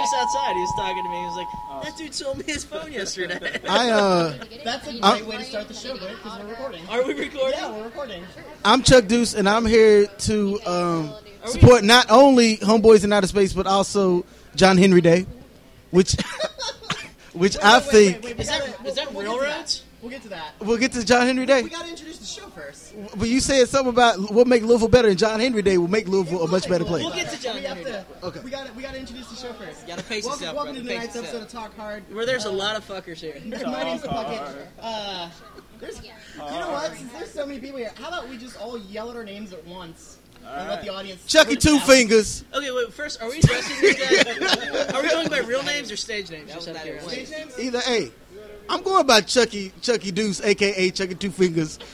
was talking to me. He was like, "That dude sold me his phone yesterday." I uh, That's a great I'm- way to start the show, right? Because we're recording. Are we recording? Yeah, we're recording. I'm Chuck Deuce, and I'm here to um, support not only Homeboys in Outer Space, but also John Henry Day, which which I Wait, think wait, wait, we Is that gotta- is that we'll- we'll get to railroads? We'll get to that. we'll get to John Henry Day. We got to introduce the show first. But you said something about what make Louisville better, and John Henry Day will make Louisville a much better place. We'll get to John We have Henry to. Okay. We got to. We got to introduce the show first. gotta pace welcome, yourself, Welcome brother. to Pace tonight's yourself. episode of Talk Hard. Where there's a lot of fuckers here. My name's Bucket. Uh, there's, you know what? Since there's so many people here, how about we just all yell out our names at once and let the audience. Chucky E. Two Fingers. Okay, wait. First, are we addressing these guys? Are we going by real names or stage names? Just out of curiosity. Stage names? Either hey, I'm going by Chucky Chucky E. Deuce, aka Chucky E. Two Fingers.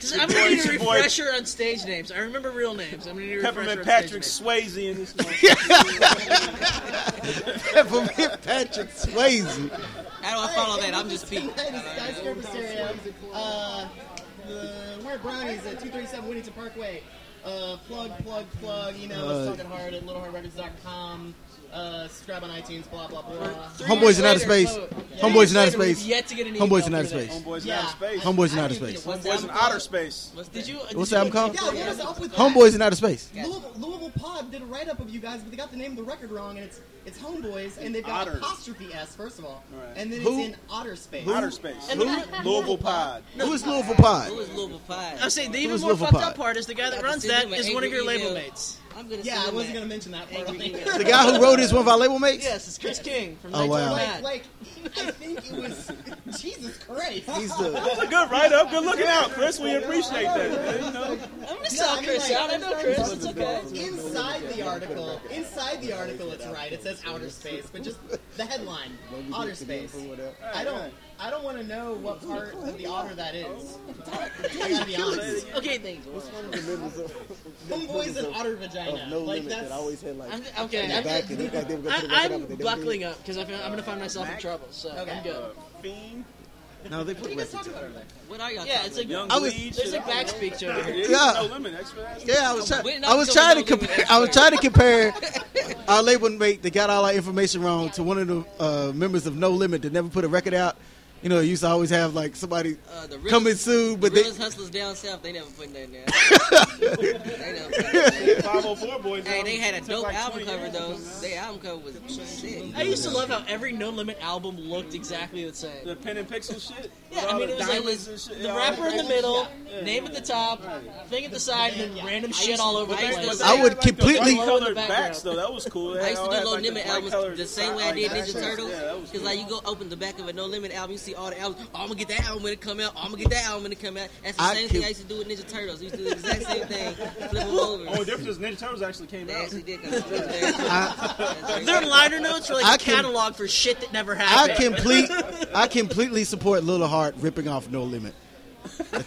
'Cause I'm gonna need a Your boy- refresher on stage names. I remember real names. I'm gonna need a refresher Peppermint on stage Patrick names. Swayze in this one. Peppermint Patrick Swayze. How do I follow that? I'm just beat. Tonight is Skyscraper Stereo. Uh, the We're Brownies at 237 Winnington Parkway. Uh, plug, plug, plug. Email us Uh, talking hard at littleheartrecords.com. Uh, subscribe on iTunes, blah, blah, blah. Three Homeboys years in Outer later, Space. vote. Homeboys in Later, Outer we've Space. Yet to get an email Homeboys in Outer through this. Space. Yeah. Homeboys in outer space. Homeboys in I Outer didn't Space. get it. Homeboys in outer space. Did you? What's did that you- I'm called? Yeah, what is up with that? Homeboys in Outer Space. Louisville, Louisville Pod did a write up of you guys, but they got the name of the record wrong, and it's it's Homeboys, and they've got Otters. apostrophe S, first of all. Alright. And then Who- it's in Otter Space. Outer space. And the- Louisville Pod. Who is Louisville Pod? Who is Louisville Pie? I'm saying the even was more Liverpool fucked Pod? up part is the guy that runs send that him an is one of angry your label email. mates. I'm gonna. Yeah, I send wasn't that. going to mention that part. Angry I think. email. The guy who wrote is one of our label mates. Yes, it's Chris King from Oh, wow. Like, 1929. like, I think it was. Jesus Christ. He's the That's a good write up. Good looking out, Chris. We appreciate that. man, you know? I'm gonna Yeah, I sell mean, Chris like, out. I know I'm Chris. sorry. It's okay. Inside the article, inside the article, it's right. It says outer space, but just the headline, outer space. I don't, I don't want to know what part of the otter that is. Oh, I gotta be honest. Okay, Homeboy's an otter vagina. No Like limit that that's. I always had like I'm, okay. the I'm, back and looked like they were gonna put it I, back up, but they I'm didn't buckling up because I feel I'm gonna find myself in trouble. So I'm Okay. good. Fiend. no. They What put are you guys records. talking about over there? What are y'all? Yeah, talking it's like Young I was- Bleach. there's like back speech over here. Yeah. No limit. Extra Yeah, I was We're trying. not I was gonna trying to go do compare. it. I was trying to compare our label mate that got all our information wrong to one of the uh, members of No Limit that never put a record out. You know, it used to always have like somebody about? Uh, the real, come and sue, but the they realest hustlers down south, they never put nothing down. they never put nothing down. 504 boys. Hey, they had a Took dope like album 20 cover years though. to come out. Their album cover was shit. I used to love how every No Limit album looked exactly the The same. pen and pixel shit. Yeah, All I mean the it was diamonds like and shit. the all rapper that. in the middle, name at the top, thing at the side, and then random shit all over the I used to place. love- I would Like completely- the Low in the colored background. backs though. That was cool. They I used to all do had, No like, the Limit bright albums colored the same side- way I did like, Ninja that shit. Turtles. Yeah, that was Because like you go open the back of a No Limit album, you see all the albums. Oh, I'm gonna get that album when it come out. Oh, I'm gonna get that album when it come out. That's the I same keep- thing I used to do with Ninja Turtles. We used to do the exact same thing. Flip them over. Only Oh, difference is Ninja Turtles actually came They out. actually did come out. That's Their right. liner notes were I like a can- catalog for shit that never I happened. complete. I completely support Little Heart ripping off No Limit.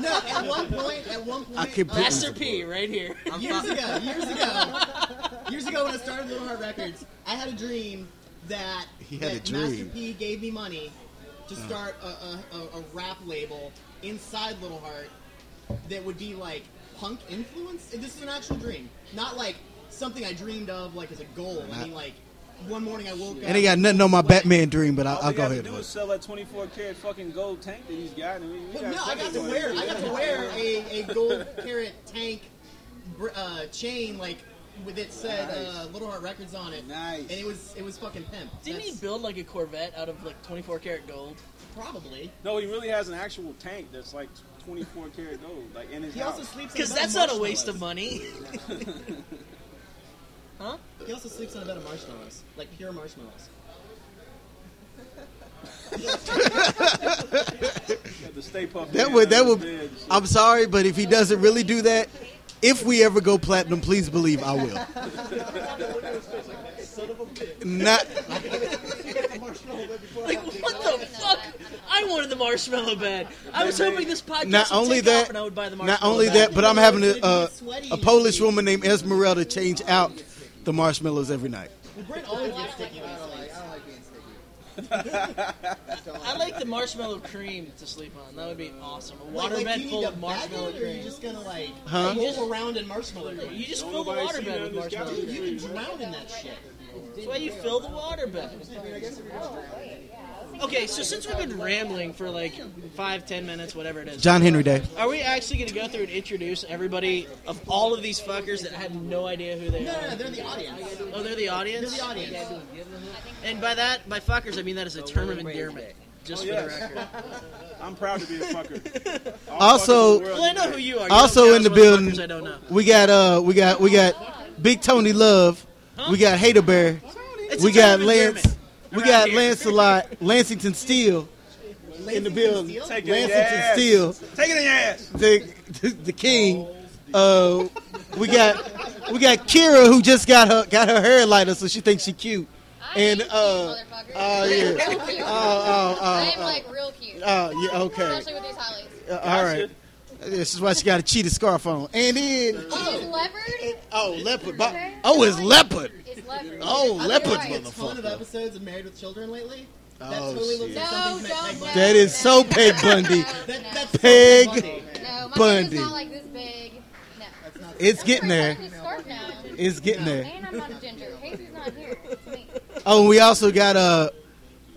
No, at one point, at one point, I completely uh, Master P right here. I'm years fuck- ago, years ago, years ago when I started Little Heart Records, I had a dream that, He had that a dream. Uh. Master P gave me money to start a, a, a, a rap label inside Little Heart that would be like punk influenced. This is an actual dream, not like something I dreamed of like as a goal. I mean, like one morning I woke up And they got nothing on my Batman dream, but I, All I'll we go have ahead. to and do is vote. sell that 24 karat fucking gold tank that he's got. And we, we Well, no, I got to wear I got to wear a, a gold carrot tank br- uh, chain like with it said uh, Little Heart Records on it. Nice. And it was it was fucking pimp. Didn't he That's build like a Corvette out of like 24 karat gold? probably? No, he really has an actual tank that's like 24 karat gold, like in his He house. also sleeps on Because a bed that's not a marshmallows. waste of money. He also sleeps on a bed of marshmallows, like pure marshmallows. Got the Stay Puft That Man would. That under would. his bed and shit. I'm sorry, but if he doesn't really do that, if we ever go platinum, please believe I will. Not. Like, what the fuck? I wanted the marshmallow bed. I was hoping this podcast Not would only take that- off and I would buy the Not marshmallow only bed. that, but I'm having a, It'd be a, sweaty. a Polish woman named Esmeralda change out the marshmallows every night. Well, Brent always gets sticky when he sleeps. I like the marshmallow cream to sleep on. That would be awesome. A Like, like, do waterbed you full need to of bag marshmallow it, or are you cream. just gonna like Huh? roll around in marshmallow? You cream? just Don't fill the nobody see waterbed that with in this marshmallow gallery. cream. You can drown in that shit. That's why you fill the water bed. Okay, so since we've been rambling for like five, ten minutes, whatever it is, John Henry Day. are we actually going to go through and introduce everybody of all of these fuckers that I have no idea who they No, are? no, no, they're the audience. Oh, they're the audience. They're the audience. Oh, And by that, by fuckers, I mean that is a term of endearment. Just for the yes. record. I'm proud to be a fucker. All Also- fuckers in the Well, I world. know who you are. You Also don't count in as the one of building- fuckers I don't know. We got uh, we got we got Big Tony Love. We got Hater Bear. It's a We term got of Lance. endearment We around got here. Lancelot. Lansington Steel in the building. Take it in your Lansington ass. Steel, Take it in your ass. the, the the king. Uh, we got we got Kira who just got her got her hair lighter, so she thinks she cute. And uh, oh yeah, I'm cute. oh oh I'm like real cute, oh, oh yeah, okay, especially with these highlights. Uh, all right. This is why she got a cheetah scarf on, and then Is it leopard? oh leopard, Bo- oh it's leopard. It's leopard. Oh, I think leopard you're I've been watching a ton of motherfucker. episodes of Married with Children lately. That Oh, totally looks shit. like No, something from Peg don't. Bundy. No, That is so Peg Bundy. That, that's so Peg Bundy. No, my Bundy. Bundy. not like this big. No. That's not It's getting there. I'm wearing this scarf now. It's getting there. And I'm not a ginger. Casey's not here. It's me. Oh, and we also got uh,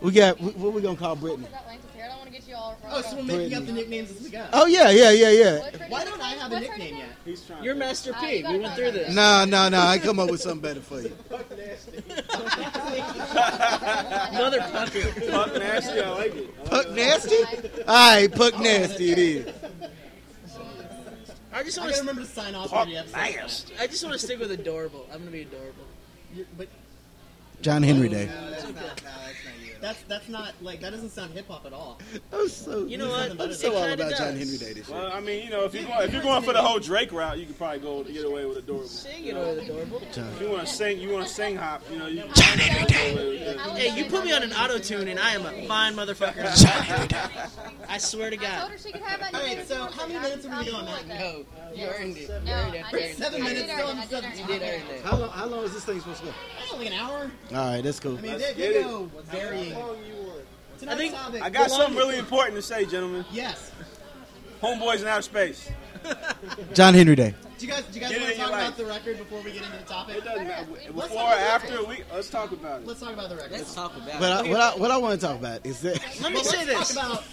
we got wh- what we gonna call Brittany? About Lance's hair. I don't want to get you all wrong. Oh, so we're making up the nicknames as we go. Oh yeah, yeah, yeah, yeah. What's her Why name? don't I have a What's her nickname name? yet? He's trying. You're Master P. We went through this. No, no, no. I come up with something better for you. Another fucker. Fuck nasty. I like it. Puck nasty. All right, puck nasty. It is. I just I want gotta to. remember to sign off every episode. I just want to stick with adorable. I'm gonna be adorable. You're- But John Henry Day. that's that's not like that doesn't sound hip hop at all. I'm so You know what? I'm It so all kinda about does. John Henry Day this year. Well, I mean, you know, if you're going, if you're going for the whole Drake route, you could probably go get away with adorable. Sing it over adorable. If you want to sing, you want to sing hop. You know, you can Hey, you put me on an auto tune and I am a fine motherfucker. I swear to I told God. her she could have that All right, nickname so if she how many wanted. minutes are we I- I going want now? that. No, you earned it. No, I did. Seven I did minutes earn it. still on I did earn it. seven. I did earn it. How long, how long is this thing supposed to go? That's only an hour. All right, that's cool. I mean, they, Let's they get it. go varying. Tonight's think- topic- I got something really important to say, gentlemen. Yes. Homeboys in outer space. John Henry Day. Do you guys do you guys Get it want in to talk your about life. the record before we get into the topic? It doesn't matter. Let's Before talk or about after, we let's talk about it. Let's talk about the record. Let's talk about But I, it. what I what I want to talk about is that Let me Well, say let's this. talk about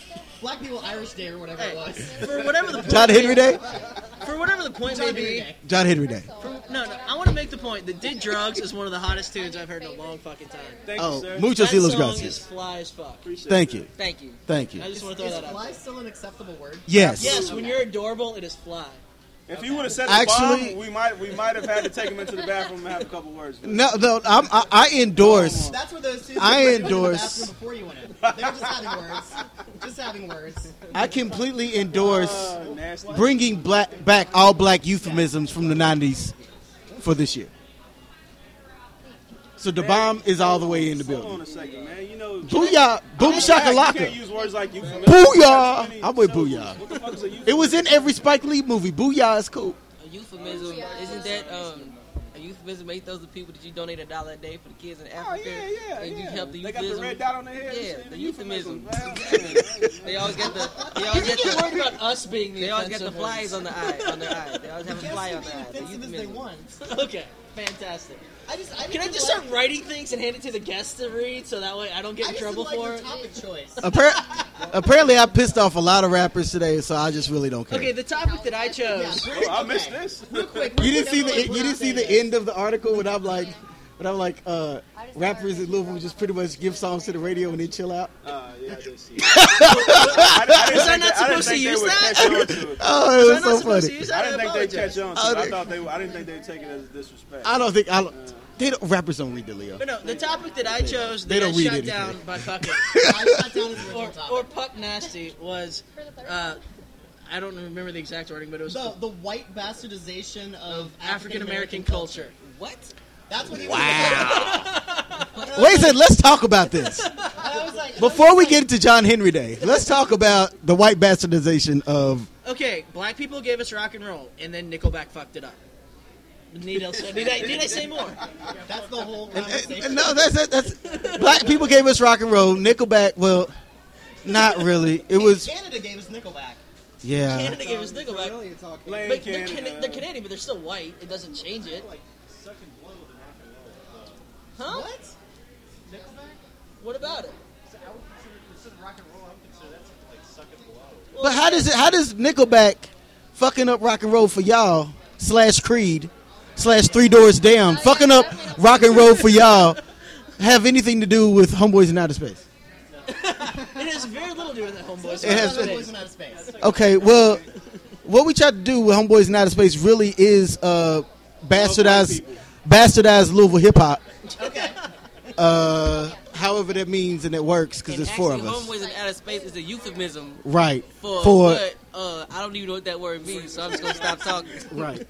Black People Irish Day or whatever Hey, it was. for whatever the John Henry Day. for whatever the point may John Henry be. Day. John Henry Day. For, no, no. I want to make the point that "Did Drugs" is one of the hottest tunes I've heard in a long fucking time. Thank you, Oh, sir. muchos that y los song is gracias. fly as fuck. Appreciate Thank you, Thank you. thank I you. just want to throw Is that out. fly still an acceptable word? Yes. Yes, when you're adorable, it is fly. it. If you would have said the Actually- bomb, we might we might have had to take him into the bathroom and have a couple words. with him. No, no. I'm, I, I endorse. That's where those two. I they were in the endorse- bathroom Before you went in, they were just having words. Just having words. I completely endorse Uh, nasty. bringing black back all black euphemisms from the 90s for this year. So the bomb is all the way in the Hold on building. a second, man. You know, Booyah, boom You can't shakalaka. use words like euphemism. Booyah! That's I'm with so- booyah. What the fuck is a euphemism? It was in every Spike Lee movie. Booyah is cool. A euphemism isn't that um a euphemism ain't those the people that you donate a dollar a day for the kids in Oh Africa yeah, yeah, and you yeah. help the they got euphemism. the red dot on their head. Yeah, It's in the euphemism. man. They always get the they always You get get worried the about us being the they always get the offensive flies on the eye on the eye. They always have a Guess fly who on the being eye. The offensive as they euphemism. want? ones. Okay, fantastic. I just. I Can I didn't just like- start writing things and hand it to the guests to read so that way I don't get I in just trouble didn't for like it? your topic choice. Appar- apparently, I pissed off a lot of rappers today, so I just really don't care. Okay, the topic that I chose. Yeah. Oh, I missed this. You Quick, we're didn't see the definitely- you we're didn't not see the saying it. end of the article when I'm like, when I'm like, uh, rappers in Louisville just pretty much give songs to the radio and then chill out. Uh, yeah, I did see. I, I didn't Was I not think they- I didn't supposed think to they use would that? catch on to it. Oh, it Was I was not so supposed to funny. use I that? didn't think they'd apologize. catch on. Oh, To it. I they- thought they. Were, I didn't think they'd take it as disrespect. I don't think I don't. They don't, rappers don't read the Leo. But no, the topic that I chose They that don't got read shut anything. down by fucking I shut down his original or, topic. or Puck Nasty was uh, I don't remember the exact wording, but it was the the white bastardization of African American culture. What? That's what he wow. Wait a second, let's talk about this. Was, I was like, Before we get into John Henry Day, let's talk about the white bastardization of. Okay, black people gave us rock and roll, and then Nickelback fucked it up. Need I, need I, need I say more? that's the whole eh, conversation. No, that's, that's that's black people gave us rock and roll. Nickelback, well, not really. It was Canada gave us Nickelback. yeah. Canada gave us Nickelback. Blame But they're, Canada. Cana- they're Canadian, but they're still white. It doesn't change it. Huh? What? What about it? But how does it? How does Nickelback fucking up rock and roll for y'all slash Creed slash Three Doors Down fucking up rock and roll for y'all have anything to do with Homeboys in Outer Space? It has very little to do with that homeboys. It has- Space. Poison out of space. Okay, well, what we tried to do with Homeboys in Outer Space really is uh, bastardize bastardize Louisville hip hop. Okay. Uh, however that means and it works because And there's four of actually, us. Homeboys in outer space is a euphemism Right. for, For- what, uh, I don't even know what that word means, so I'm just gonna stop talking. Right.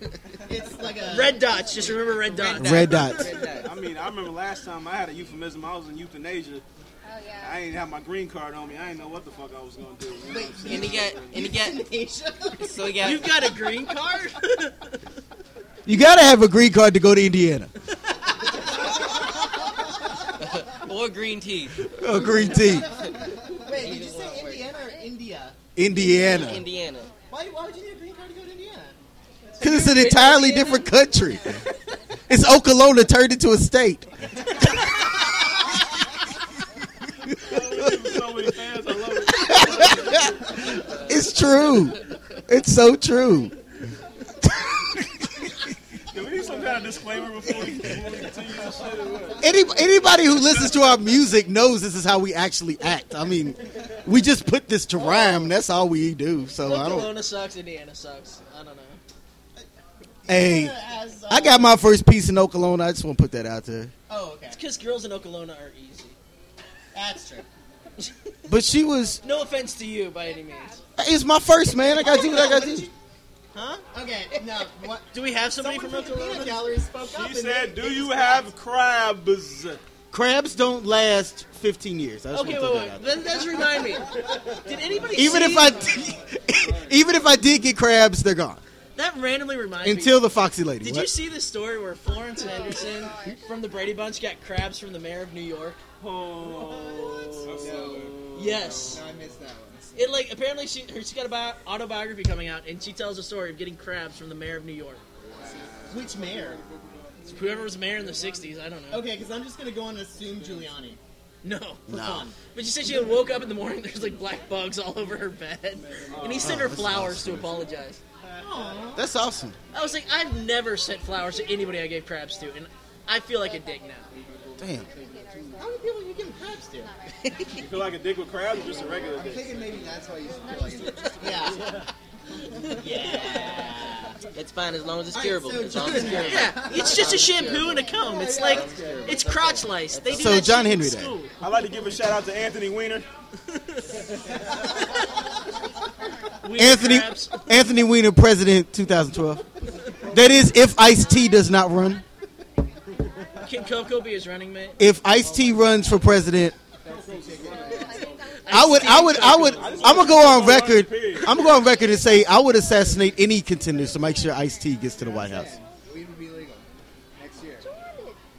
It's like a Red dots. Just remember red dots. Red dots. I mean, I remember last time I had a euphemism. I was in euthanasia. Oh yeah. I ain't have my green card on me. I ain't know what the fuck I was gonna do. You know what I'm saying? And he got, and he got, Asia. so he got. You've got a green card. You gotta have a green card to go to Indiana. or green tea. A green tea. Wait, did you say Indiana or India? Indiana. Indiana. Why, why would you need a green card to go to Indiana? Because it's an entirely different country. It's Oklahoma turned into a state. so many fans. I love it. It's true. It's so true. Do we need some kind of disclaimer before we, before we continue this shit? Or what? Any, anybody who listens to our music knows this is how we actually act. I mean, we just put this to rhyme. That's all we do. So I don't. Oklahoma sucks. Indiana sucks. I don't know. Hey, Indiana has, uh, I got my first piece in Oklahoma. I just want to put that out there. Oh, okay. Because girls in Oklahoma are easy. That's true. But she was. No offense to you by any means. It's my first man. I got you. I got you. Huh? Okay, no. What? Do we have somebody Someone from from the peanut Oklahoma? gallery spoke up. and She said, they- "Do they you just- have crabs?" Crabs don't last 15 years. I just Okay, want wait, to wait. Then that's remind me. Did anybody Even see if I, even if I did get crabs, they're gone that randomly reminds me? until the foxy lady. Did What? you see the story where Florence Henderson from the Brady Bunch got crabs from the mayor of New York? Oh, Yes. No, I missed that one. It like apparently she her, she got a bi- autobiography coming out and she tells a story of getting crabs from the mayor of New York. Which mayor? Whoever was mayor in the '60s, I don't know. Okay, because I'm just gonna go on and assume Giuliani No. for fun. But she said she woke up in the morning. There's like black bugs all over her bed, and he Oh, sent her flowers to apologize. That's awesome. I was like, I've never sent flowers to anybody I gave crabs to, and I feel like a dick now. Damn. How many people are you giving crabs to? you feel like a dick with crabs or just a regular dick? thinking maybe that's why you feel like it's Yeah. It's fine as long as it's Alright, curable. so as long as it's curable. Yeah, it's just a shampoo and a comb. It's like it's crotch lice. They do So that John shit in Henry Day. school. I'd like to give a shout out to Anthony Weiner. Weird Anthony crabs. Anthony Weiner, president, 2012. That is if Ice T does not run. Can Coco be his running mate? If Ice T runs for president, I would, I would, I would. I'm gonna go on record. I'm gonna go on record and say I would assassinate any contenders to make sure Ice T gets to the White House. Weed would be legal next year.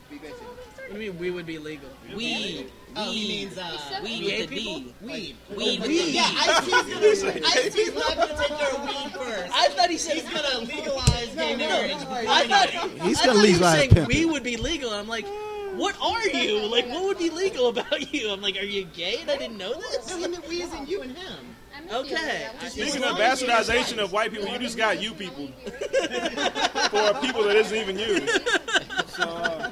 Be bitching. What do you mean we would be legal? Weed. Oh, he Weed. means uh, Weed with the people? D. weed. Weed with the D. Yeah, Ice T's gonna, Ice T's not gonna take care of weed first. I thought he said He's gonna legalize gay marriage. I thought He's I thought he gonna was legalize saying pimping. we would be legal. I'm like, what are you? Like, what would be legal about you? I'm like, are you gay? And I didn't know No, this. he meant we as in you and him. Okay. Speaking of bastardization of white people, you just got you people for people that isn't even you. So, uh,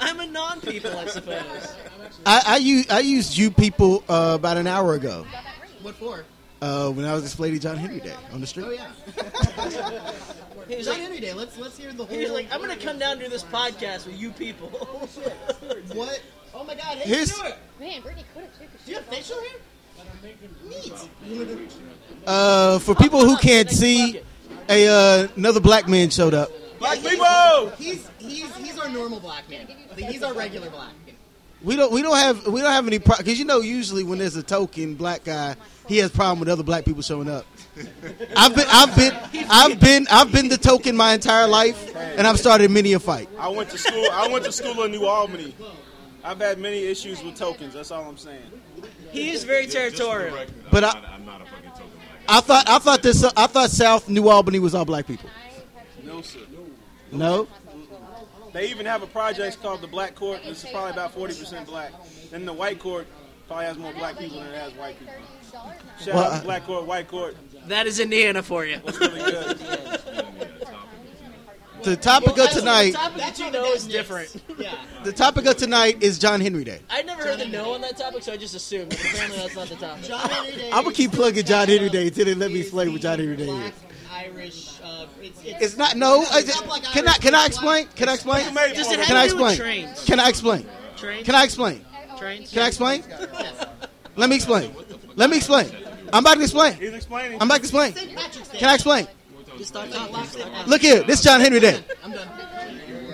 I'm a non-people, I suppose. I, I use I used you people uh, about an hour ago What for? uh, when I was this lady John Henry Day on the Oh street. yeah. He was John like, Henry Day. Let's let's hear the whole. he was like, I'm gonna come down and do this podcast with you people. What? Oh my God! Hey, His- Stuart, Man, Brittany could have took do you have facial hair? Neat. Uh, for people who can't see, a uh, another black man showed up. black people. He's he's he's our normal black man. Like, he's our regular black. We don't we don't have we don't have any because you know usually when there's a token black guy he has problem with other black people showing up. I've been I've been I've been I've been the token my entire life and I've started many a fight. I went to school. I went to school in New Albany. I've had many issues with tokens. That's all I'm saying. He is very territorial. But I- I'm not a fucking token black. I thought I thought this I thought South New Albany was all black people. No sir. No, They even have a project called the Black Court. This is probably about forty percent black, and the White Court probably has more black people than it has white people. Shout Well, out I- to Black Court, White Court. That is Indiana for you. It's really good. The topic of The tonight. topic that you know is different. Yeah. The topic of tonight is John Henry Day. I never heard the no on that topic, so I just assumed. But apparently, that's not the topic. John Henry Day. I'm gonna keep plugging John Henry Day until they let me is explain what John the Henry Day is. Black Irish. Uh, it's, it's, It's not no. I It's just- not like Irish, can I can I it's explain? Can I explain? Made Does for it it. Can I have to do with explain? trains? Can I explain? Trains? Can I explain? Trains? Can I explain? Let me explain. Let me explain. I'm about to explain. He's explaining. I'm about to explain. St. Patrick's Day. Can I explain? Just start talking. Just start talking. Look here. This John Henry Day. I'm done.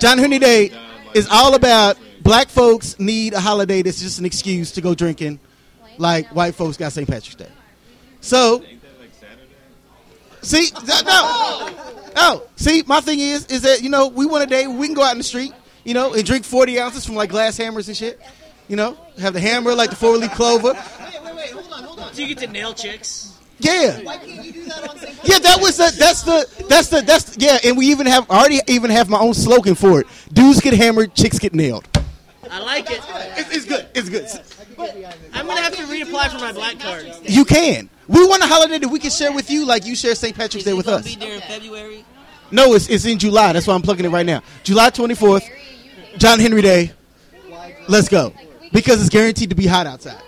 John Henry Day is all about black folks need a holiday that's just an excuse to go drinking, like white folks got St. Patrick's Day. So, see, th- no, no. See, my thing is, is that you know we want a day where we can go out in the street, you know, and drink forty ounces from like glass hammers and shit. You know, have the hammer like the four leaf clover. Wait, wait, wait. Hold on, hold on. Do you get to nail chicks? Yeah. Why can't you do that on St. Patrick's Yeah, that was the that's the that's the that's yeah, and we even have I already even have my own slogan for it. Dudes get hammered, chicks get nailed. I like it. It's, it's good. It's good. I'm gonna have to reapply for my black card. You can. We want a holiday that we can share with you, like you share St. Patrick's Is Day it with gonna us. Be there in February. No, it's it's in July. That's why I'm plugging it right now. July 24th, John Henry Day. Let's go because it's guaranteed to be hot outside,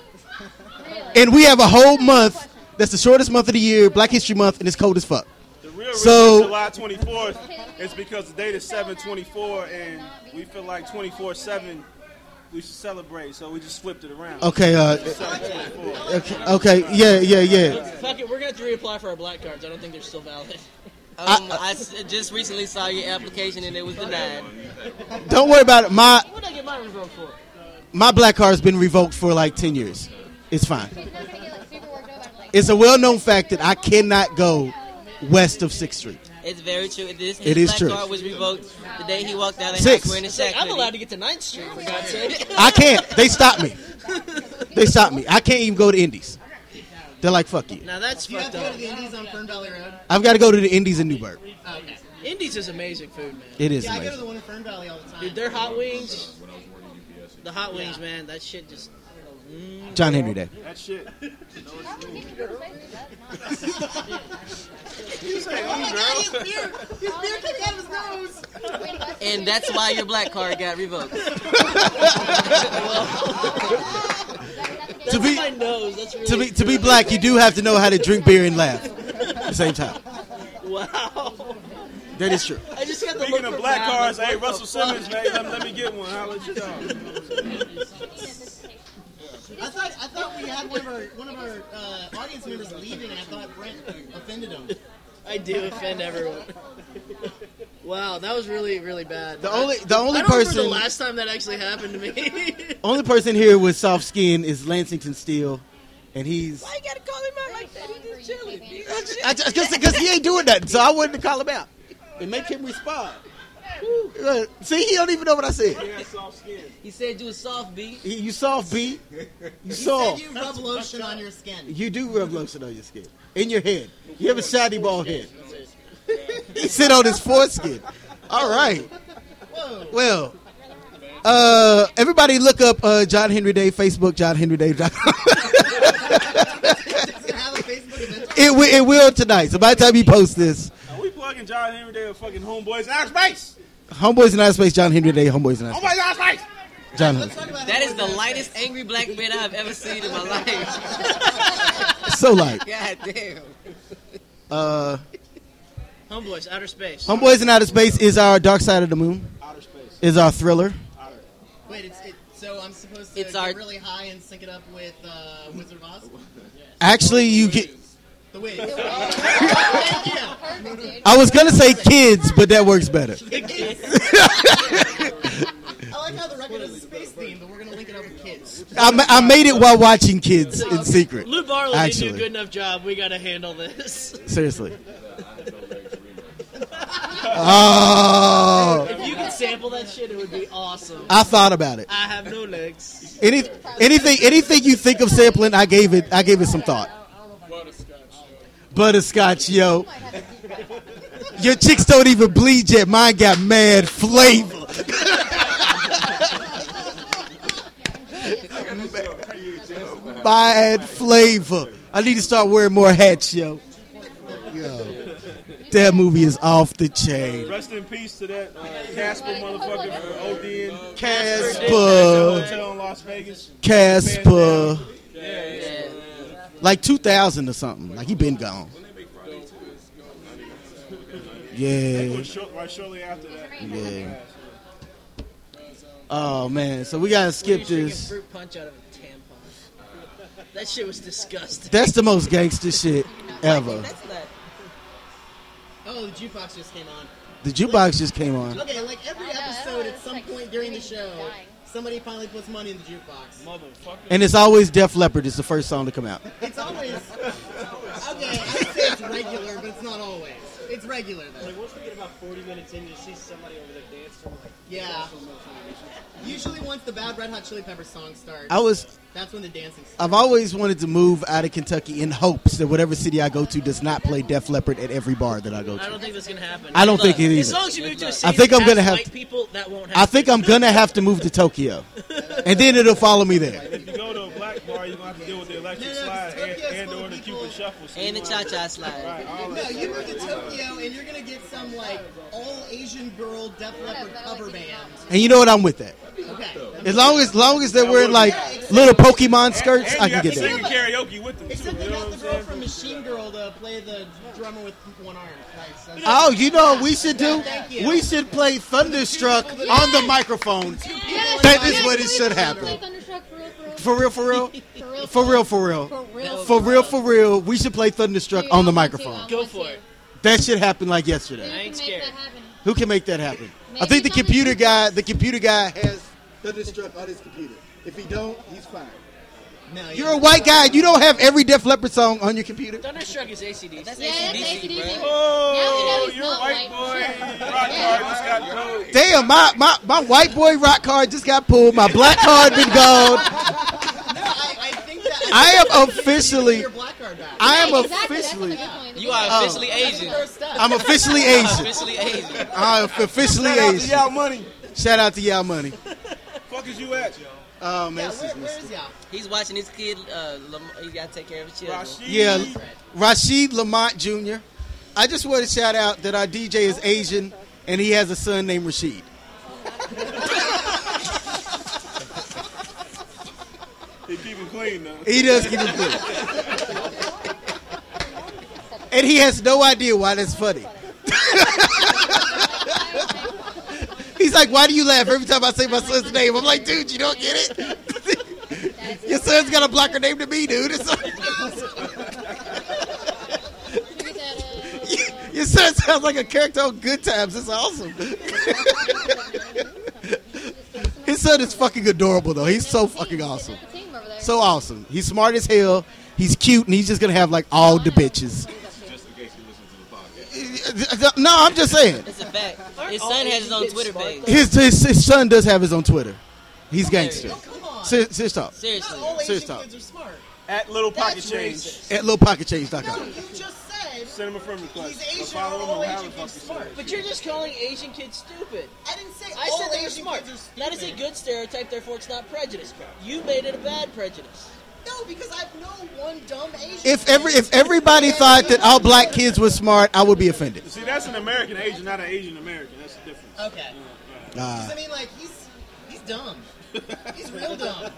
and we have a whole month. That's the shortest month of the year, Black History Month, and it's cold as fuck. The real reason So- it's July 24th is because the date is 724, and we feel like 24 7 we should celebrate, so we just flipped it around. Okay, uh, 7/24. okay, okay, yeah, yeah, yeah. Fuck it, we're gonna have to reapply for our black cards. I don't think they're still valid. Um, I, s- just recently saw your application and it was denied. Don't worry about it. My What did I get mine revoked for? my black card's been revoked for like 10 years. It's fine. It's It's a well known fact that I cannot go west of 6th Street. It's very true. This his It is black true. card was revoked the day he walked out of Six. house wearing a shack. I'm hoodie. allowed to get to 9th Street for God's sake. I can't. They stopped me. They stopped me. I can't even go to Indies. They're like, fuck you. Now that's You have fucked to go up. to the Indies on Fern Valley Road. I've got to go to the Indies in Newburgh. Oh, okay. Indies is amazing food, man. It is Yeah, I go to the amazing. one in Fern Valley all the time. Dude, their hot wings. The hot wings, man. That shit just. John Henry Day. That shit. oh my god, his beard! His beard came out of his nose! And that's why your black card got revoked. That's To be- my nose. That's really To be, to be black, you do have to know how to drink beer and laugh at the same time. Wow. That is true. I just got the Speaking look of for black Brown. cars, hey, Russell Simmons, man, let, let me get one. I'll let you know. I thought I thought we had one of our one of our uh, audience members leaving, and I thought Brent offended him. I do offend everyone. wow, that was really, really bad. The only- the only I don't remember person- the last time that actually happened to me. Only person here with soft skin is Lansington Steele, and he's. I gotta call him out like that. He just chilling. Because he ain't doing nothing, so I wouldn't call him out and make him respond. Woo. Look, See, he don't even know what I said. He got soft skin. He said you a soft B. He- You soft B. You Said soft. you rub lotion on your skin. You do rub lotion on your skin. In your head. You have a shiny bald head. he sit on his foreskin. All right. Whoa! Well, uh, everybody look up uh, John Henry Day, Facebook, John Henry Day. It's gonna have a Facebook event. it, will, it will tonight. So by the time you post this, Are we plugging John Henry Day with fucking homeboys Oh out of space? Homeboys in Outer Space, John Henry Day, Homeboys in Outer Space. Homeboys out of space! John Henry. Let's talk about That is the lightest angry black man I've ever seen in my life. So light. God damn. Uh, Homeboys, outer space. Homeboys in Outer Space is our Dark Side of the Moon, Outer space. is our thriller. Wait, it's it, so I'm supposed to It's get our- really high and sync it up with uh, Wizard of Oz. Actually, you get. The Wiz. Oh, I was gonna say kids, but that works better. I like how the record is a space theme, but we're gonna link it up with kids. I, ma- I made it while watching kids in secret. Lou Barlow didn't do a Actually. good enough job. We gotta handle this. Seriously. Oh, if you could sample that shit, it would be awesome. I thought about it. I have no legs. Any, anything, anything you think of sampling, I gave it. I gave it some thought. Butterscotch, yo. Your chicks don't even bleed yet. Mine got mad flavor. Bad flavor. I need to start wearing more hats, yo. Yo, that movie is off the chain. Rest in peace to that uh, Casper motherfucker for ODing. Casper, Hotel in Las Vegas. Casper. Like 2000 or something. Like he been gone. Yeah. Or short, right shortly after that. Yeah. Oh man, so we gotta skip this. Fruit punch out of a tampon. That shit was disgusting. That's the most gangster shit ever. That's not. Oh, the jukebox just came on. The jukebox just came on. Okay, like every I know, episode, it's at some Uh, like point during the screaming, show, dying. somebody finally puts money in the jukebox. Motherfucker. And it's always Def Leppard is the first song to come out. It's always okay. I say it's regular, but it's not always. It's regular though. Like once we get about 40 minutes in, you see somebody over there dancing. Like, Yeah. Usually, once the bad Red Hot Chili Peppers song starts, I was that's when the dancing starts. I've always wanted to move out of Kentucky in hopes that whatever city I go to does not play Def Leppard at every bar that I go I to. don't think that's gonna happen. I don't think it As either. long as you move to a city I think that I'm gonna has have white to- people, that won't happen. I think I'm gonna have to move to Tokyo, and then it'll follow me there. If you go to a black bar, you're going to have to deal with the electric No, no, slide and, Tokyo's and full or of the people- Cupid shuffle. So And the you wanna- cha-cha slide. Right, all No, that. you move to Tokyo and you're gonna get some like all Asian girl Def Leppard cover band. And you know what? I'm with that. Okay. As long as long as they're wearing like little Pokemon skirts, and, I and can you get have that. to sing karaoke with them, Except too. they You know got what the girl I'm saying? from Machine Girl to play the drummer with one arm. Oh, you know what we should do? Thank you. We should play Thunderstruck on the microphone. Yes, That yes, is what it please, should please, happen. please, Thunderstruck, for real, for real, For real, for real, for real, for real, for for real, real, for real, for real. We should play Thunderstruck Dude, I on the want to, I microphone. Go want for to. it. That shit happened like Dude, yesterday. you ain't can make scared. that happen. Who can make that happen? I think the computer guy. The computer guy has. Thunderstruck on his computer. If he don't, he's fired. No, You're a white guy. You don't have every Def Leppard song on your computer. Thunderstruck is ACD. That's Yeah, that's AC/DC, AC/DC. bruh. Oh, Now we know he's you're a not white white. boy. Rock hard, just got cold. Damn, my, my, my white boy rock card just got pulled. My black card been gone. No, I, I think that I am you get officially. your black card back. I Yeah, am exactly, that's a officially. good point. You are Oh. officially Asian. First up. I'm officially Asian. Officially Asian. I'm officially Shout out to Asian. y'all money. Shout out to y'all money. Fuck is you at? Oh man, yeah, this where, is where messed is up. y'all? He's watching his kid. Uh, Lam- he gotta take care of his children. Rashid. Yeah, Rashid Lamont Jr. I just want to shout out that our DJ is Asian and he has a son named Rashid. They keep him clean though. He does get it good. And he has no idea why that's funny. He's like, why do you laugh every time I say my son's name? I'm like, dude, you don't get it? Your son's got a blocker name to me, dude. It's- You get that, uh, Your son sounds like a character on Good Times. It's awesome. His son is fucking adorable, though. He's so fucking awesome. the team over there. So awesome. He's smart as hell. He's cute, and he's just gonna have like all the bitches. No, I'm just saying. It's a fact. His son has his own Twitter page. His, his his son does have his own Twitter. He's gangster. Oh, come on. Ser- Serious talk. Seriously. All Asian serious talk. kids are smart. At Little Pocket That's Change. At littlepocketchange.com. You just said Send him a friend request. He's Asian, Or follow him all on Asian however the kids fuck you smart. say it. But you're just calling Asian kids stupid. I didn't say I all said they were Asian smart. kids are stupid. That is a good stereotype, therefore it's not prejudice. You made it a bad prejudice. No, because I've known one dumb Asian. If kid. every if everybody thought that all black kids were smart, I would be offended. See, that's an American Asian, not an Asian American. That's the difference. okay, Uh, 'Cause I mean, like he's he's dumb. He's real dumb,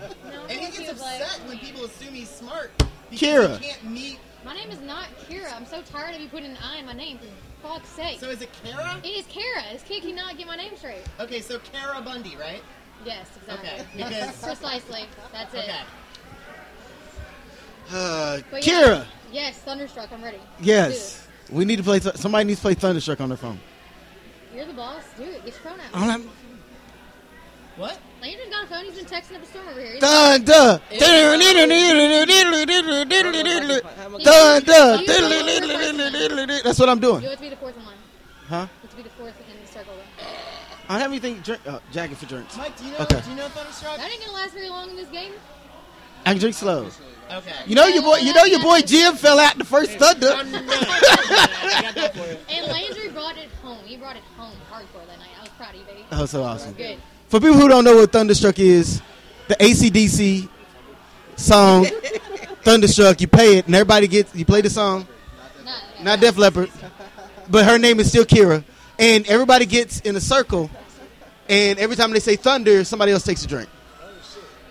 and he gets upset when people assume he's smart because Kira. he can't meet. My name is not Kira. I'm so tired of you putting an I in my name. For fuck's sake. So is it Kara? it is Kara. This kid cannot get my name straight. Okay, so Kara Bundy, right? Yes, exactly. Okay, because- Precisely. That's it. Okay. uh, But yeah. Kira. Yes, Thunderstruck. I'm ready. Yes. We need to play. Th- somebody needs to play Thunderstruck on their phone. Do it. You're the boss. Do it. Get your phone out. I'm like, What? Landon's got a phone. He's been texting up a storm over here. He's- Thunder. Thunder. That's what I'm You doing. have to be the fourth in line. Huh? You have to be the fourth in the circle. I don't have anything. Drink, uh, jacket for drinks. Mike, do you know? Okay. Do you know Thunderstruck? That ain't gonna last very long in this game. I can drink slow. Okay. You know your boy. You know your boy Jim fell out the first Thunder. I got that for you. And Landry brought it home. He brought it home hardcore that night. I was proud of you, baby. Oh, so awesome. Good. For people who don't know what Thunderstruck is, the ACDC song Thunderstruck, you pay it and everybody gets you play the song. Not, Not Def Leppard. But her name is still Kira. And everybody gets in a circle and every time they say thunder, somebody else takes a drink.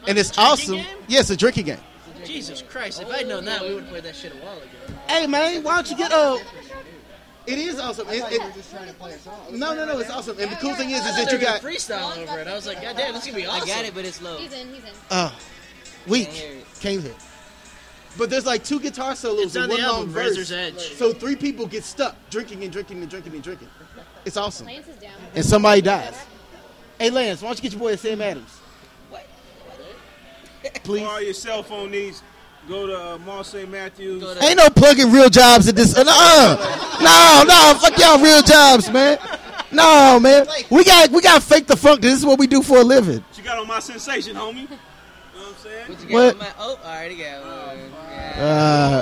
And it's awesome. game? Yes, a drinking game. Jesus Christ! If I'd known that, we would have played that shit a while ago. Hey man, why don't you get uh it is awesome. It- it- Just trying to play a song. no, no, no, it's awesome. And the cool thing is is I thought that you they were got gonna freestyle over it. I was like, God damn, this is gonna be awesome. I got it, but it's low. he's in. He's in. uh weak Can't hear came here. But there's like two guitar It's solos and on one the long album, verse. Razor's Edge. So three people get stuck drinking and drinking and drinking and drinking. It's awesome. Lance is down. And somebody dies. Hey Lance, why don't you get your boy Sam Adams? Please. For all your cell phone needs, go to uh, Mall St. Matthews. Go to- Ain't no plugging real jobs at this. Uh, uh, no, no, fuck y'all real jobs, man. No, man. We got we got fake the funk. This is what we do for a living. What you got on my sensation, homie? You know what I'm saying? What you got What? on my- oh, I already got one. Yeah.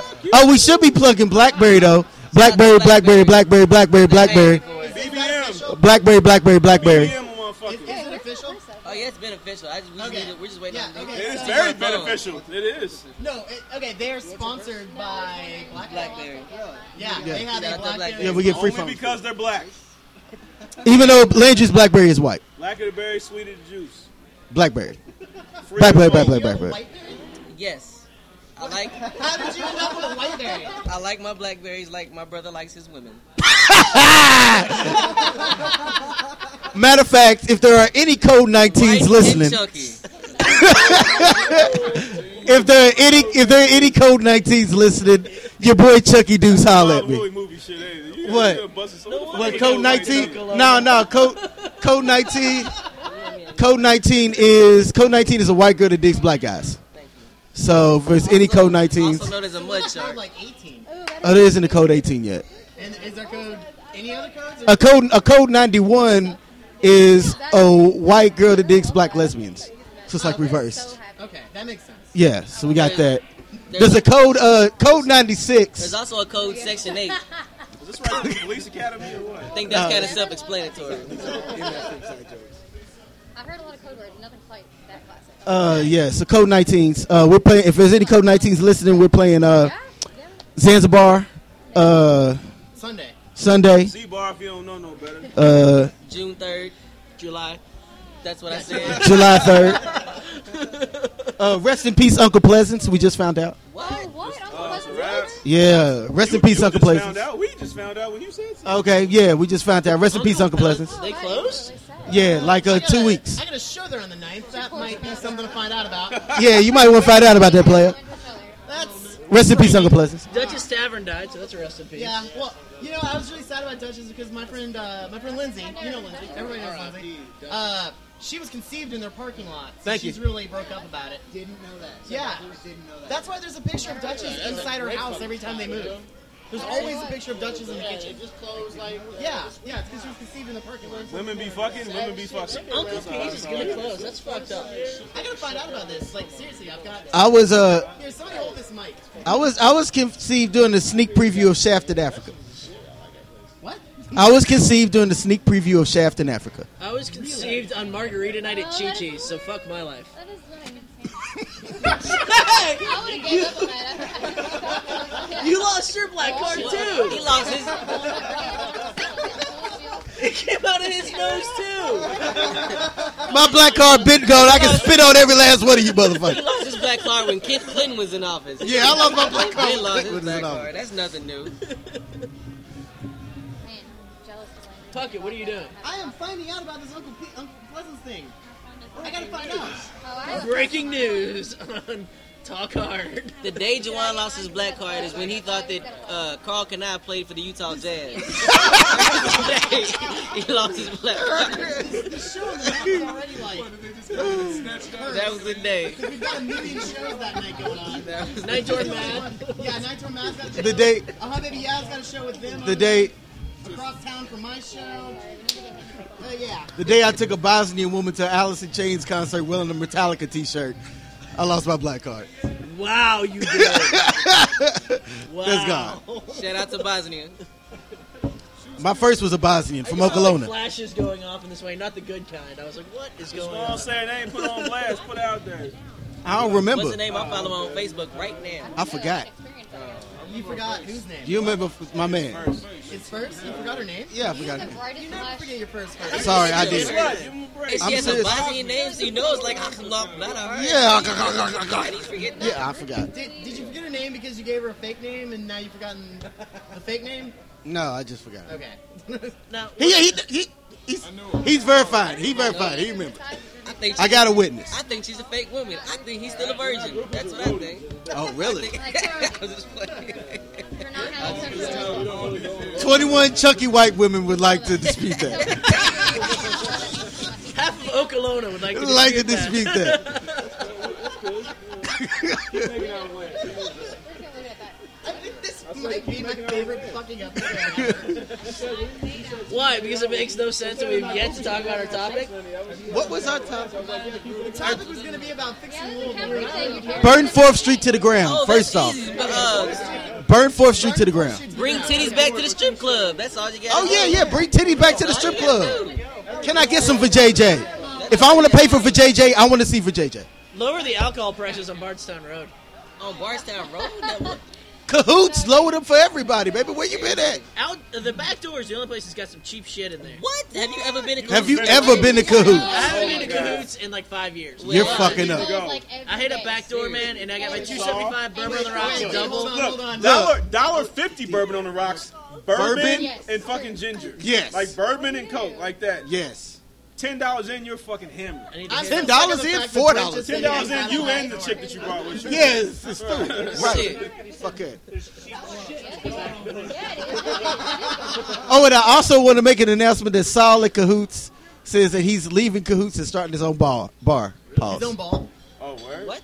Uh, oh, we should be plugging BlackBerry though. BlackBerry, BlackBerry, BlackBerry, BlackBerry, BlackBerry, BBM. BlackBerry, BlackBerry, BlackBerry. BBM, Is, is it motherfucker. official? Oh yeah, it's beneficial. I just, we Okay. just need to, we're just waiting Yeah, on the okay. It is So- very beneficial. It is. No. It, okay, they are sponsored by BlackBerry. BlackBerry. Yeah, they have Yeah, a I thought BlackBerry. Yeah, we get free Only phones. because they're black. Even though Landry's BlackBerry is white. Black of the berry, sweet of the juice. BlackBerry. Free BlackBerry, of the BlackBerry, phone. BlackBerry. Whiteberry? Yes, I like How did you end up with a whiteberry? I like my blackberries like my brother likes his women. Ah! Matter of fact, if there are any Code 19s White listening, And chunky. if there are any if there are any Code 19s listening, your boy Chucky Deuce holler at Hollywood me. movie shit, ain't it? You- What? you busted some- the fuck What you Code doing 19? right now? No, no, Code Code 19. Code 19 is Code 19 is a white girl that digs black guys. So if there's any Code Also 19s, known as a mud shark. Like 18. Ooh, that is oh, there isn't a Code 18 yet. And is there code? Any other codes? A code a code 91 is a white girl that digs black lesbians. So it's like so reversed. happy. Okay, that makes sense. Yeah, so we got that. There's a code uh code There's 96. also a code section eight. Is this right from the police academy or what? I think that's Uh, kind of self-explanatory. I heard a lot of code words. Nothing quite that classic. Uh yeah, so code 19s. Uh we're playing if there's any code 19s listening, we're playing uh yeah, yeah. Zanzibar uh Sunday. Sunday. Z bar if you don't know no better. Uh June third, July. That's what I said. July 3rd. Uh, rest in peace, Uncle Pleasance. We just found out. Oh, What? what? Uncle Uh, Pleasant's rap. brother? Yeah, rest You- in peace, you Uncle just Found Pleasance. out. We just found out when you said something. Okay, yeah, we just found out. Rest in peace, Uncle Pleasance. Oh, They that is closed? really sad. Yeah, like I uh, got a- two weeks. I got a show there on the 9th. That might be something to find out about. Yeah, you might want to find out about that Oh player. That's Rest in peace, Uncle Pleasance. Dutch's Tavern died, so that's a rest in peace. yeah. Well, you know, I was really sad about Duchess because my friend, uh, my friend Lindsay. You know Lindsay. Everybody knows Lindsay. Uh, she was conceived in their parking lot. So Thank you. she's really broke up about it. Didn't know that. Some Yeah. dudes Didn't know that. That's why there's a picture of Duchess inside her house every time they move. There's always a picture of Duchess in the kitchen. just closed like. Yeah, yeah, it's because she was conceived in the parking lot. Women be fucking, women be fucking. Uncle Pete's is gonna close. That's fucked up. I gotta find out about this. Like seriously, I've got. I was uh, Here, somebody hold this mic. I was I was conceived during the sneak preview of Shaft in Africa. What? I was conceived during the sneak preview of Shaft in Africa. I was conceived on margarita night at Chi Chi's, so fuck my life. That is really insane. I would have gave up on that. You lost your black card He too. lost his. It came out of his nose too. My black card bit gold. I can spit on every last one of you He motherfuckers. lost his black card when Kent Clinton was in office. Yeah, I love my black He card. lost his Liquids black and all. card. That's nothing new. Man, jealous of Landry. Tuck it. What are you doing? I am finding out about this Uncle P- Uncle Pleasance thing. I gotta find out. Oh, I don't- Breaking news on Talk Hard. The day Jawan lost his black card is when he thought that uh, Carl Kanai played for the Utah Jazz. he lost his black card. The show is already like That was the day. we've got a million shows that night going on. Night Tour Mad. Yeah, Night Tour Mad's got a show. The day, Uh huh, baby. Ya's got a show with them. the day, Across town from my show. Uh, yeah. the day I took a Bosnian woman to Alice in Chains concert wearing a Metallica T-shirt, I lost my black card. Wow, you did. Wow. That's God. Shout out to Bosnia. My first was a Bosnian from I just saw, like, Okolona. flashes going off in this way, not the good kind. I was like, what is That's going what I'm on? saying. They ain't put it on blast. Put it out there. I don't What's remember. the name I follow on Facebook right now? I forgot. You forgot whose name? Do you remember f- my man? First. It's first. You forgot her name. Yeah, I You forgot. the his name. brightest You never flash. forget your first person. Sorry, I That's did. right. Give him a break. It's just a serious. Bosnian name, so you know it's like Akhloq, not a Oh, Yeah, yeah, I forgot. Did, did you forget her name because you gave her a fake name and now you've forgotten the fake name? No, I just forgot. Okay. Now, He he he. He's, he's verified. He verified. He remembered. I think I got a witness. I think she's a fake woman. I think he's still a virgin. That's what I think. Oh, really? I was just playing. For not having sexual relations. 21 chunky white women would like to dispute that. half of Okolona would like to like to dispute that. dispute that. We're gonna look at that. I think this might be my favorite fucking episode. Why? Because it makes no sense and we've yet to talk about our topic? What was our topic? the topic was going to be about fixing Yeah, the this little is Catholic boy. thing. You can't- Burn 4th Street to the Oh, ground, first that's off. easy, but, uh, Burn 4th Street to the ground. bring titties back to the strip club. That's all you got. Oh, yeah, yeah. Bring Titty back to the strip club. Can I get some for JJ? If I want to pay for for JJ, I want to see for JJ. Lower the alcohol prices on Bardstown Road. On Barstown Road. That was- Cahoots, load up for everybody, baby. Where you been at? Out the back door is the only place that's got some cheap shit in there. What? Have you ever been? Have you ever been to I Cahoots? haven't been to Cahoots in like five years. You're fucking up. Goes, like, every I hit a day. back door man, and I got my 275 Bourbon on the Rocks Wait, double. hold on, hold on. Dollar dollar fifty bourbon on the rocks. Bourbon, Bourbon? Yes. and fucking ginger. Yes. Like bourbon and coke, like that. Yes. Ten dollars in, you're fucking hammered. I need to I'm hit still it. Ten dollars sick of the in, fact that four Bridge dollars. is Ten taking dollars in, out you my and the door. chick that you brought with you. Yes, it's stupid. Right. Shit. Fuck it. Yeah, it is. It is. Oh, and I also want to make an announcement that Saul at Cahoots says that he's leaving Cahoots and starting his own bar. Bar. Pause. His own ball. Oh, word? What?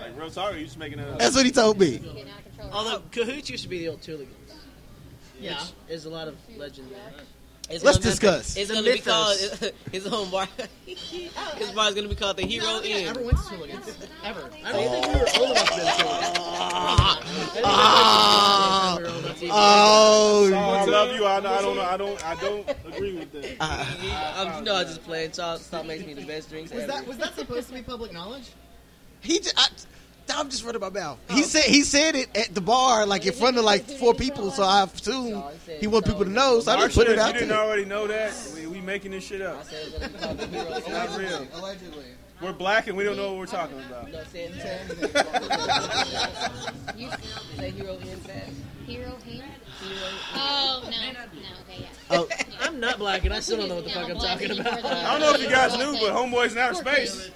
Like real sorry, you just making that up. That's what he told me. Getting out of control. Although Cahoots used to be the old Tooligans. Yeah. There's a lot of legend there. It's Let's gonna- discuss. It's gonna be called Mythos. his home bar. His bar is gonna be called the Hero I don't think I Inn. ever went to Hooligans. Ever. I don't think we were old enough then. Ah, We were old enough to even- Oh, I oh, love you. I, I don't know. I don't. I don't agree with that. I'm, you know, I just playing. Salt, salt makes me the best drinks Was ever. that, was that supposed to be public knowledge? he. Just, I, am just running my mouth. He said he said it at the bar, like in front of like four people. So I assume he want people to know. So I just Marsha, put if it out you didn't there. already know that, we, we making this shit up. I said it's gonna be called the Hero Inn. Not real. Allegedly. We're black and we don't know what we're talking about. No, say it- Say anything. That's You say Hero Inn fast. hero hand? Oh, no. No, okay, yeah. Oh, I'm not black, and I still don't know what the fuck I'm talking about. I don't know if you guys knew, but Homeboys in Outer Space.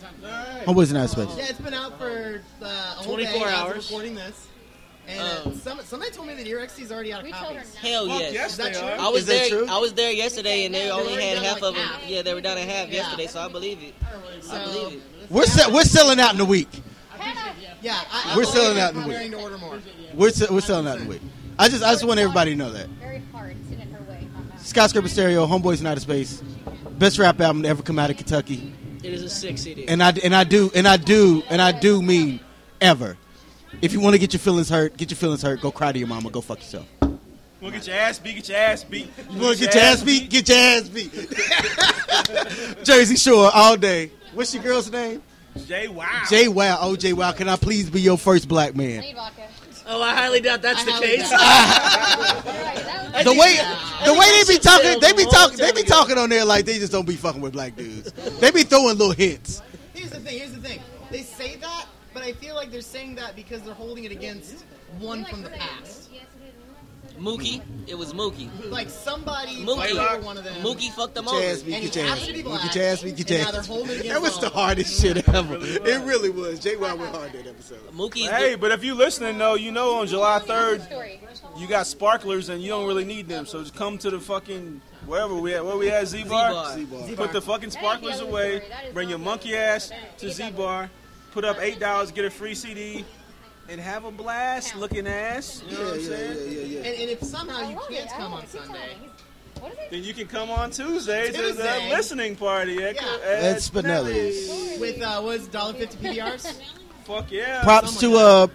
homeboys in outer space. Yeah, it's been out for uh, a whole 24 day as of hours. recording this. And uh, Um, some, somebody told me that ERXT's already out of We told her copies. no. Hell Fuck yes. yes, they that true? are. I was Is that there. true? I was there yesterday, and they only already had down half like of them. half. Yeah, they were down in half Yeah. Oh. yesterday, so I believe it. I So, believe it. We're se- we're selling out in a week. yeah, I, I'm We're already selling out in a preparing week. to order more. We're se- we're selling out in a week. I just I just want everybody to know that. Very hard, send it her way. not mine. Skyscraper Stereo, Homeboys in Outer Space, best rap album to ever come out of Kentucky, It is a sick CD. and I and I do and I do and I do mean ever. If you want to get your feelings hurt, get your feelings hurt. Go cry to your mama. Go fuck yourself. We'll get your ass beat. Get your ass beat. You want to get your ass beat? Get your ass beat. Jersey Shore all day. What's your girl's name? Jay, wow. Jay Wow. Oh Jay Wow. Can I please be your first black I man? need vodka. Oh, I highly doubt that's I the highly case. Right, that was- I The think- way I the think way that they be ship talking, sailed they be a long talking, they time be ago. talking on there like they just don't be fucking with black dudes. They be throwing little hints. Here's the thing. Here's the thing. They say that, but I feel like they're saying that because they're holding it against one from the past. Yes, it is. Mookie. It was Mookie. Like somebody Mookie. over one of them. Mookie fucked them Get your over. ass beat, And get he your has ass to be beat, black, get your ass beat, get your and now ass they're beat. holding it That was against the all. hardest shit ever. It really was. Jay Wild went hard that episode. Mookie. Hey, but if you listening though, you know on July third Story. you got sparklers and you don't really need them. So just come to the fucking wherever we at. Where we at? Z Z-Bar. Bar. Z-Bar. Put the fucking sparklers away. Bring your monkey ass to Z Bar. Put up eight dollars, get a free CD, and have a blast looking ass. You know what I'm saying? And, and if somehow I you love can't it. I come don't on keep telling Sunday, me. What is it? Then you can come on Tuesdays to the Tuesday. listening party at, Yeah. at At Spinelli's. with uh, was dollar fifty PBRs. Fuck yeah. Props to uh,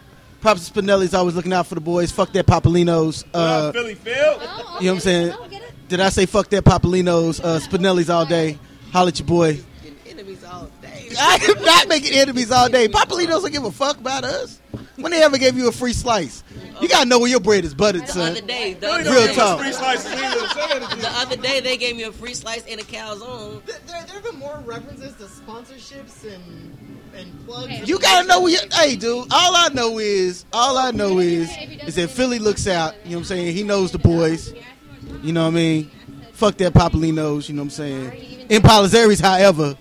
props to Spinelli's always looking out for the boys. Fuck that Papalinos. What Uh, up, Philly Phil. Oh, You know what I'm okay. saying? I don't get it. Did I say fuck that Papalinos, uh, Spinelli's all day? Holla at your boy. Getting enemies all day. I am not making enemies all day. Papalinos don't give a fuck about us. When they ever gave you a free slice, you gotta know where your bread is buttered, The other son. day, the, They other don't Real give day, us talk. free slices either. the other day, they gave me a free slice and a calzone. Th- There, there have been more references to sponsorships and and plugs. Okay. You gotta know where. Your, hey, dude. All I know is, all I know is, is that Philly looks out. You know what I'm saying? He knows the boys. You know what I mean? Fuck that Papalinos. You know what I'm saying? In Palazares, however, you know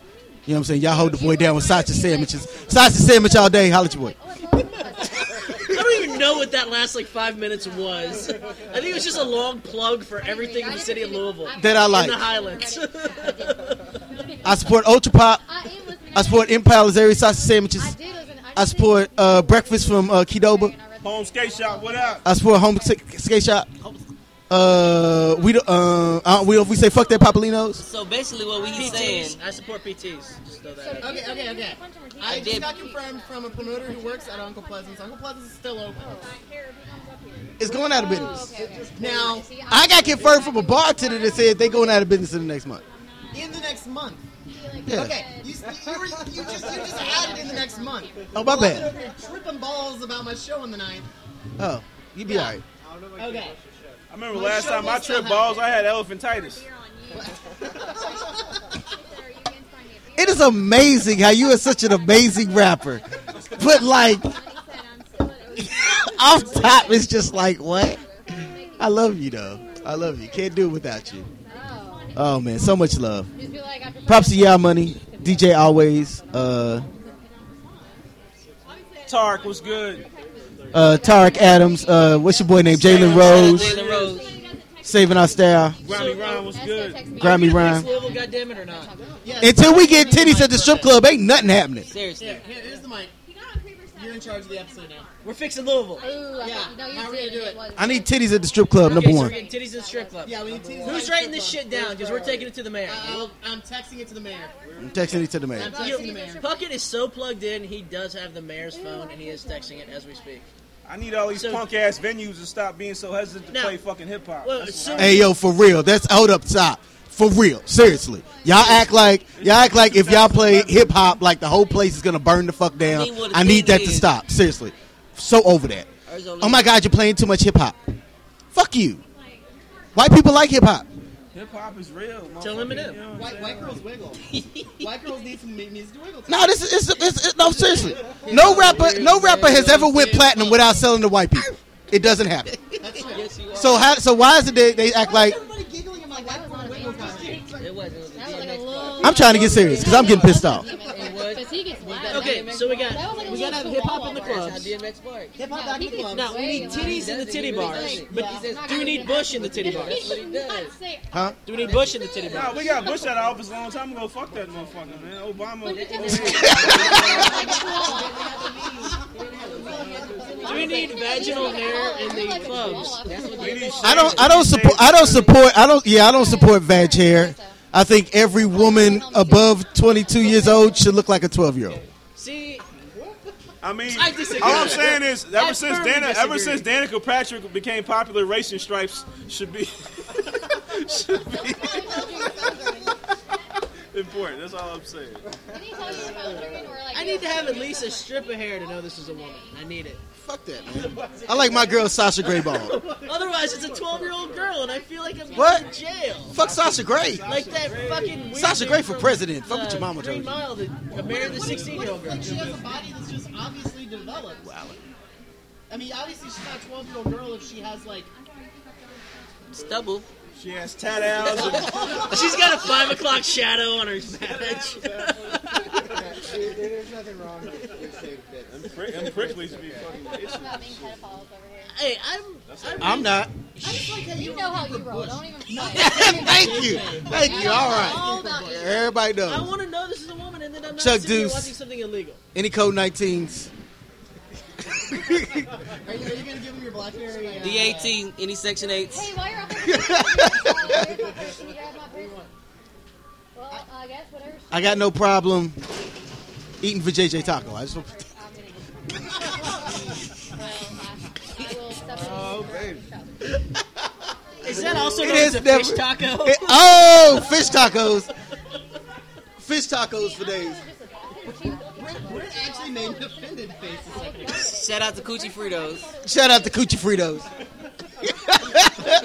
what I'm saying? Y'all hold the boy down with sausage sandwiches. Sausage sandwich all day. Holla at your boy. I don't even know what that last like five minutes was. I think it was just a long plug for everything in the city of Louisville. That I In the like. Highlands. I support Ultra Pop. I am listening. I support In Palazares sausage I sandwiches. do listen. I, I just support uh, breakfast from uh, Kidoba. Home skate shop, what up? I support home Sk- skate shop. Uh, we don't. Uh, I don't- we don't. We say fuck that Papalinos. So basically, what we he's saying, PTs. I support PTs. Just throw that Uh, out. Okay, okay, okay. I did- just got confirmed from a promoter who works at Uncle Pleasant's. Uncle Pleasant's is still open. Oh. It's going out of business. Now, I got confirmed from a bartender that said they going out of business in the next month. in the next month. Yeah. Okay, you, you, were, you just you just added in the next month. Oh my Well, I've been bad. over here Tripping balls about my show on the ninth. Oh, you be all right. Okay. I remember last time I tripped balls, I had elephantitis. It is amazing how you are such an amazing rapper, but like off top, it's just like what? I love you though. I love you. Can't do it without you. Oh man, so much love. Just be like, I prefer- Props to y'all, money. DJ always. Uh, Tark was good. uh, Tarek Adams. Uh, what's your boy name? Jalen Rose. Jalen Rose. Saving our style. Grimy Ron was That's gonna good. text me. Grammy rhyme. Louisville, goddamn it or not? Yeah. Until we get titties at the strip club, ain't nothing happening. Seriously. Here, here- here's the mic. You're in charge of the episode now. We're fixing Louisville. Ooh, I Yeah, thought- no, you how are we did gonna do it. it? wasn't. I need titties at the strip club. Number okay, so we're one. getting titties in the strip club. Yeah, Uh, we need to. Who's writing this shit down? Because we're taking it to the mayor. I'll, I'm texting it to the mayor. I'm texting it to the man. I'm texting the You- mayor. Puckett is so plugged in, he does have the mayor's phone and he is texting it as we speak. I need all these So- punk ass venues to stop being so hesitant to Now- play fucking hip hop. Well, soon, Hey yo, for real. That's hold up, stop. For real, seriously. Y'all act like y'all act like if y'all play hip hop, like the whole place is gonna burn the fuck down. I need that to stop. Seriously, so over that. Oh my god, you're playing too much hip hop. Fuck you. White people like hip hop. hip hop is real. Tell him it motherfucker, is. you know what I'm White, white girls wiggle. white girls need some mu- music to wiggle. to. No, this is it's, it's, it's, no seriously. No rapper, no rapper has ever went platinum without selling to white people. It doesn't happen. That's true. So how? So why is it they, they act like? everybody giggling at my white girl wiggle costume? It wasn't. It was a That was like a DMX. little. I'm trying to get serious because I'm getting pissed off. Because he gets loud. okay, so we That got was like a we little gotta have hip hop in the chihuahua. clubs. DMX Park. Hip hop No, back he in the gets club. No, we need titties in the titty bars. But do we need Bush in the titty bars? He did not say. Huh? Do we need Bush in the titty saying? bars? Nah, we got Bush out of office a long time ago. Fuck that motherfucker, man. But it Obama. doesn't. Do we need vaginal hair in the clubs? We need I don't. I don't support. I don't support. I don't. Yeah, I don't support vag hair. I think every woman above 22 years old should look like a 12 year old. See, I mean, I disagree. all I'm saying is, ever That's since firmly Dana, ever disagree. since Danica Patrick became popular, racing stripes should be should be important. That's all I'm saying. I need to have at least a strip of hair to know this is a woman. I need it. Fuck that, man. I like my girl Sasha Grey ball. Otherwise, it's a 12 year old girl, and I feel like I'm What? going to jail. Fuck Sasha Grey. Like that fucking weird Sasha dude Grey for from, president. Fuck what your uh, mama Green told you. Mile that married the 16 year old girl. Like she has a body that's just obviously developed. I mean, obviously she's not a 12 year old girl if she has like. Stubble. She has tat downs and She's got a 5 o'clock shadow on her badge. There's nothing wrong with saved bits. Pri- and prickly to be fucking itchy. hey, I'm. I'm not. I just like how you. You know how you roll. Don't even. Thank you. Thank you. All right. All about you. Everybody I knows. want to know this is a woman, and then I'm not Chuck sitting here Deuce. watching something illegal. Any code 19s? Are you, are you gonna give him your BlackBerry? Uh, D18, any section Hey, 8s. why you're up there? Can you grab my purse? Well, I guess whatever. I got no problem eating for JJ Taco. I just want I'm gonna get it. um, Well, I- I will separate these from each other. Is Is that also It known as is a fish never- taco? It- oh, fish tacos. Fish tacos for days. Brent actually made an offended face a second ago. Shout out to Coochie Fritos. Shout out to Coochie Fritos.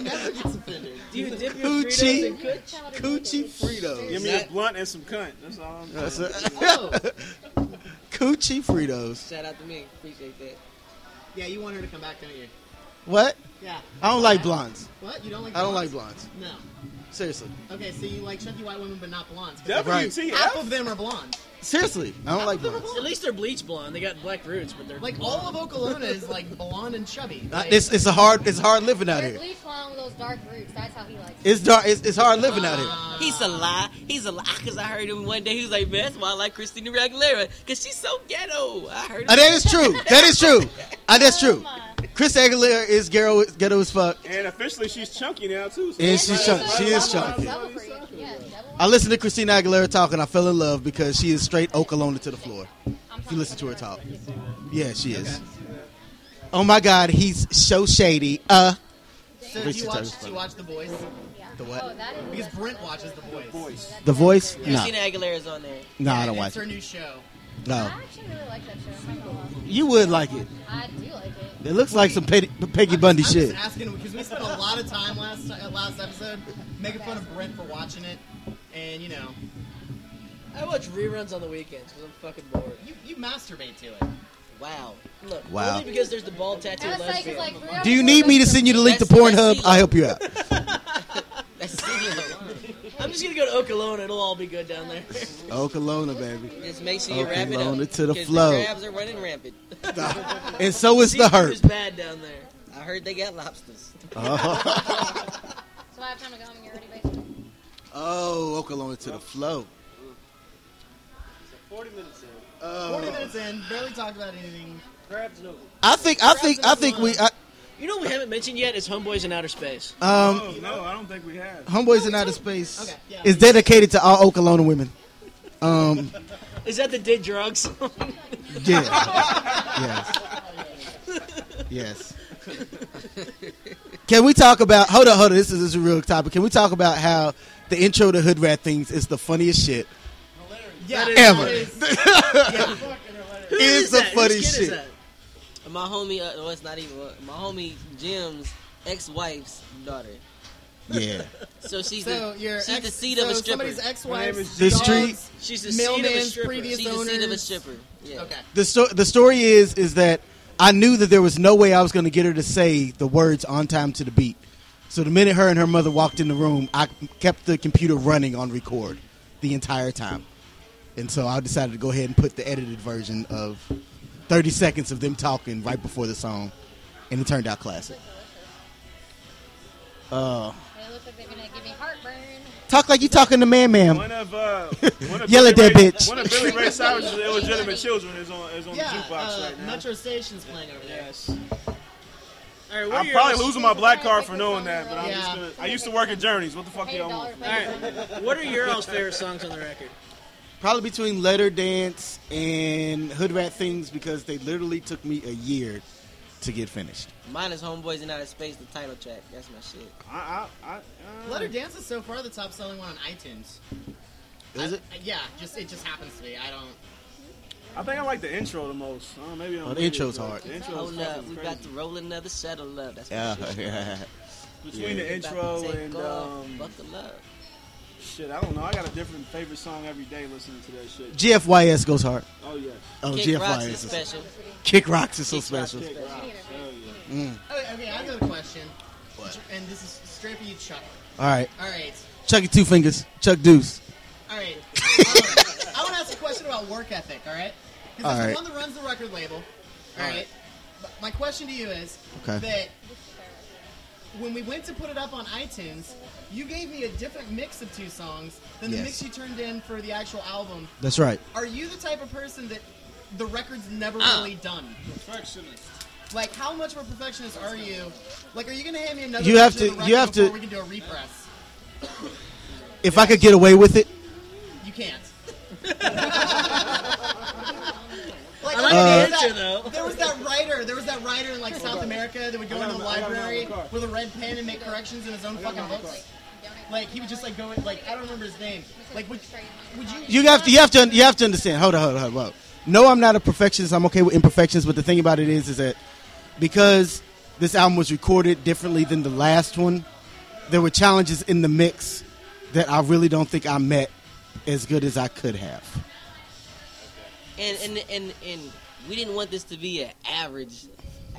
Never gets offended. Do you dip your Fritos in Coochie, cooch? Coochie Fritos. Give me a blunt and some cunt. That's all. I'm That's saying. it. Coochie Fritos. Shout out to me. Appreciate that. Yeah, you want her to come back, don't you? What? Yeah. I don't like blondes. What? You don't like I don't like blondes? blondes. No. Seriously. Okay, so you like chunky white women, but not blondes. Right. WTF? Half of them are blonde. Seriously. I don't like blondes. At least they're bleach blonde. They got black roots, but they're Like all of Okolona is like blonde and chubby. Uh, Like, It's, it's a hard it's hard living out There's here. bleach blonde with those dark roots. That's how he likes it. It's dark. It's, it's hard living out here. Uh, He's a lie. He's a lie. Cause I heard him one day. He was like, "Man, that's why I like Christina Aguilera. Cause she's so ghetto." I heard. Uh, Him. that is true. That is true. Uh, that's Oh true. my. Chris Aguilera is ghetto, ghetto as fuck, And officially, she's chunky now too. So and she's chunky. She is chunky. Double for you. Yeah, double I listened to Christina Aguilera talk, and I fell in love because she is straight Oklahoma to the floor. I'm If you listen to her talking about talk, yeah, she is. Oh my God, he's so shady. Uh, so do Richard you watch? Tyler's Do funny. you watch The Boys? that. Yeah. The what? Oh, that is Because that's- Brent watches The Boys. voice. The Voice? Nah. No, Christina Aguilera's on there. no, I don't And it's watch. her It. new show. No, I actually really like that show. I'm not gonna lie. you would Oh. like it. I do like it. It looks like some Peggy, Peggy Bundy I'm just shit. asking because we spent a lot of time last uh, last episode making fun of Brent for watching it, and you know I watch reruns on the weekends because I'm fucking bored. you, you masturbate to it. Wow. Look, Wow. only because there's the bald tattoo And it's like, lesbian. it's like three Do you need me to send you the link to Pornhub? I'll help you out. That's singular. I'm just gonna go to Oklahoma. It'll all be good down there. Oklahoma, Oh, baby. Just make sure you Okay, wrap it loan up. it to the 'cause flow. The crabs are running rampant. And so is the Seafood is hurt. bad down there. I heard they got lobsters. Oh, So I have time to go home and get ready, basically. oh Oklahoma to the flow. 40 minutes in. Forty minutes in, barely talked about anything. Crabs no. I think I think I think we I, You know what we haven't mentioned yet is Homeboys in Outer Space. um Oh no, I don't think we have. Homeboys in Outer Space Okay, yeah. is dedicated to all Oklahoma women. Um Is that the did drugs? yeah. yes. Yes. Can we talk about hold on, hold on, this is, this is a real topic. Can we talk about how the intro to Hood Rat Things is the funniest shit Yeah, ever? that is- Who It's the that? funny Whose kid shit. Is that? My homie, uh, well, it's not even uh, my homie Jim's ex-wife's daughter. Yeah. So she's So the, your she's ex, the seed so of a stripper. somebody's My name ex-wife's is The dog's- street She's the seed of a Mailman's stripper. previous- she's the seed of a owners. stripper. Yeah. Okay. the sto- the story is is that I knew that there was no way I was going to get her to say the words on time to the beat. So the minute her and her mother walked in the room, I kept the computer running on record the entire time. And so I decided to go ahead and put the edited version of 30 seconds of them talking right before the song, and it turned out classic. It looks like they're gonna give me heartburn. Talk like you talking to man, ma'am. One of uh, one of Yell at Billy that Ray- bitch. One of Billy Ray Cyrus's illegitimate children is on is on the Yeah, jukebox uh, right now. Metro Station's playing over there. Yes. All right, what are I'm your probably else- losing my black card for knowing that, but I'm Yeah. just gonna, I used to work at Journeys. What the fuck Paid y'all a dollar want? for All right, what are your all's favorite songs on the record? Probably between Letter Dance and Hood Rat Things because they literally took me a year to get finished. Mine is Homeboys in Outer Space, the title track. That's my shit. I, I, I, uh, Letter Dance is so far the top-selling one on iTunes. Is I- it? I- yeah, just it just happens to be. I don't. I think I like the intro the most. Uh, maybe I'm Oh, the weird, intro's but hard. The intro's Oh no, fucking we crazy. got to roll another shuttle up. That's my Yeah. shit. Between We the about to intro take and off. um, buckle up. shit, I don't know. I got a different favorite song every day listening to that shit. GFYS goes hard. Oh yeah, Oh, Kick Rocks GFYS. is Is special. Kick Rocks is so Kick Rocks special. Kick Rocks. Hell yeah. Okay, okay, I got a question. And this is straight for you, Chuck. All right. All right, Chucky Two Fingers. Chuck Deuce. all right. Um, I want to ask a question about work ethic. All right, because All right. there's one that runs the record label. All right. right. But My question to you is Okay. that when we went to put it up on iTunes, you gave me a different mix of two songs than the Yes. mix you turned in for the actual album. That's right. Are you the type of person that the record's never really done? Perfectionist. Like, how much of a perfectionist are you? Like, are you gonna hand me another? You have version to- of the record you have to- before We can do a repress. If I could get away with it, You can't. like, I like Uh, the answer though. There was that writer. There was that writer in like South America that would go into the library with a red pen and make corrections in his own fucking books. Like he would just like go in, like I don't remember his name. Like would, would you? You have to, you have to, you have to understand. Hold on, hold on, hold on. No, I'm not a perfectionist. I'm okay with imperfections. But the thing about it is, is that because this album was recorded differently than the last one, there were challenges in the mix that I really don't think I met as good as I could have. and and and and we didn't want this to be an average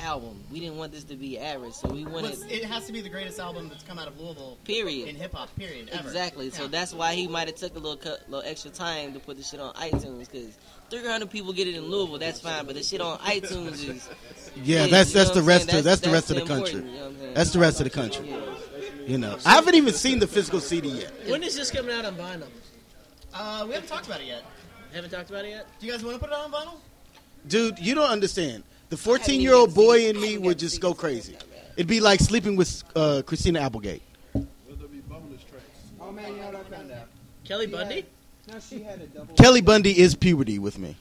album. We didn't want this to be average, so we wanted What's- it has to be the greatest album that's come out of Louisville in period. hip hop. Period. Ever. Exactly. So Yeah. that's why he might have took a little cut, little extra time to put this shit on iTunes because 300 people get it in Louisville. That's fine, but the shit on iTunes is Yeah, big, that's you know that's the what I'm rest saying? of that's the rest of the country. important, you know what I'm saying? That's the rest of the country. You know, I haven't even seen the physical CD yet. When is this coming out on vinyl? Uh, we haven't talked about it yet. Haven't talked about it yet. Do you guys want to put it on vinyl? Dude, you don't understand. The 14 year old boy in me would just go crazy. It'd be like sleeping with uh, Christina Applegate. Oh man, you know what I found out? Kelly Bundy. No, she had a double. Kelly Bundy is puberty with me.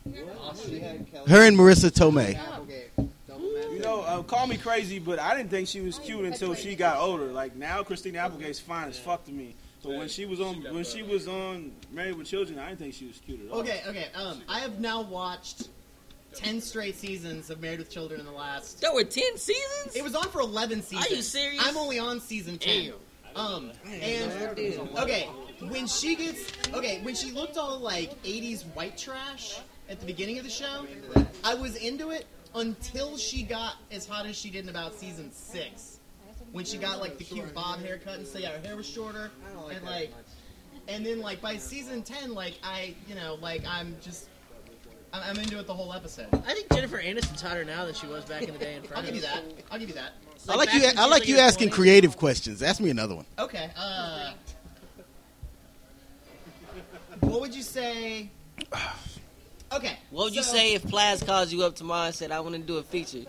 She had Kelly Her and Marissa Tomei. Applegate. Double master. You know, uh, call me crazy, but I didn't think she was cute until she got older. Like now, Christina Applegate's fine as fuck to me. But when she was on, when she was on Married with Children, I didn't think she was cute Oh. at all. Okay, okay. Um, I have now watched ten straight seasons of Married with Children in the last. There were 10 seasons. It was on for eleven seasons. you serious? I'm only on season two. Um, and okay, when she gets okay, when she looked all like '80s white trash at the beginning of the show, I was into it until she got as hot as she did in about season six, when she got like the cute bob haircut and so yeah, her hair was shorter and like, and then like by season ten, like I you know like I'm just I'm, I'm into it the whole episode. I think Jennifer Aniston's hotter now than she was back in the day in I'll Friends. give you that. I'll give you that. I like you. back when I she like was you in her asking 20s. creative questions. Ask me another one. Okay. Uh, what would you say? Okay. What would you so- say if Plaz calls you up tomorrow and said, "I want to do a feature"?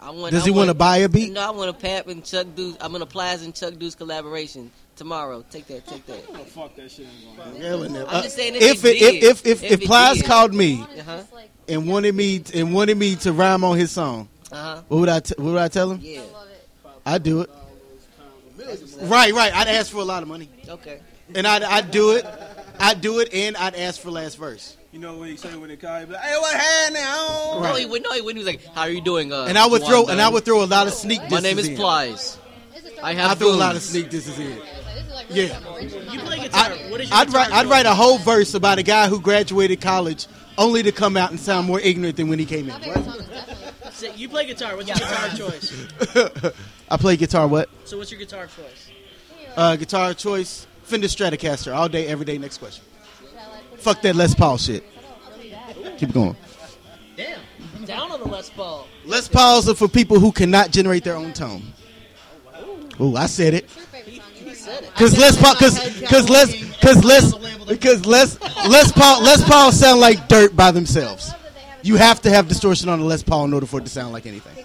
I want. Does I he want to want- buy a beat? No, I want to Pap and Chuck Deuce. I'm gonna Plaz and Chuck Deuce collaboration tomorrow. Take that. Take that. Oh, fuck that shit. ain't gonna happen. Yeah, wouldn't it? I'm just Uh, saying if If he it- if if did. if if he Plies did. called me Uh-huh. and wanted me and wanted me to rhyme on his song, Uh huh. what would I t- what would I tell him? Yeah. I'd do it. Right, right. I'd ask for a lot of money, Okay. and I'd I'd do it. I'd do it, and I'd ask for last verse. You know what he say when they call you? Be like, hey, what happened now? No, he wouldn't. No, he wouldn't. He was like, "How are you doing?" Uh, And I would throw Wanda? and I would throw a lot of sneak disses My name is in. Plies. I have. I threw a boobs. lot of sneak disses in. Yeah. You play guitar. what I, is your I'd write I'd write a whole verse about a guy who graduated college only to come out and sound more ignorant than when he came in. So you play guitar. What's your guitar choice? I play guitar what? So what's your guitar choice? Uh, guitar choice Fender Stratocaster all day every day. Next question. Fuck that Les Paul shit. Keep going. Damn. Down on the Les Paul. Les Pauls are for people who cannot generate their own tone. Ooh, I said it. Cause Les Paul, cause, cause Les, cause Les, because Les, Les Paul, Les Paul sound like dirt by themselves. You have to have distortion on a Les Paul in order for it to sound like anything.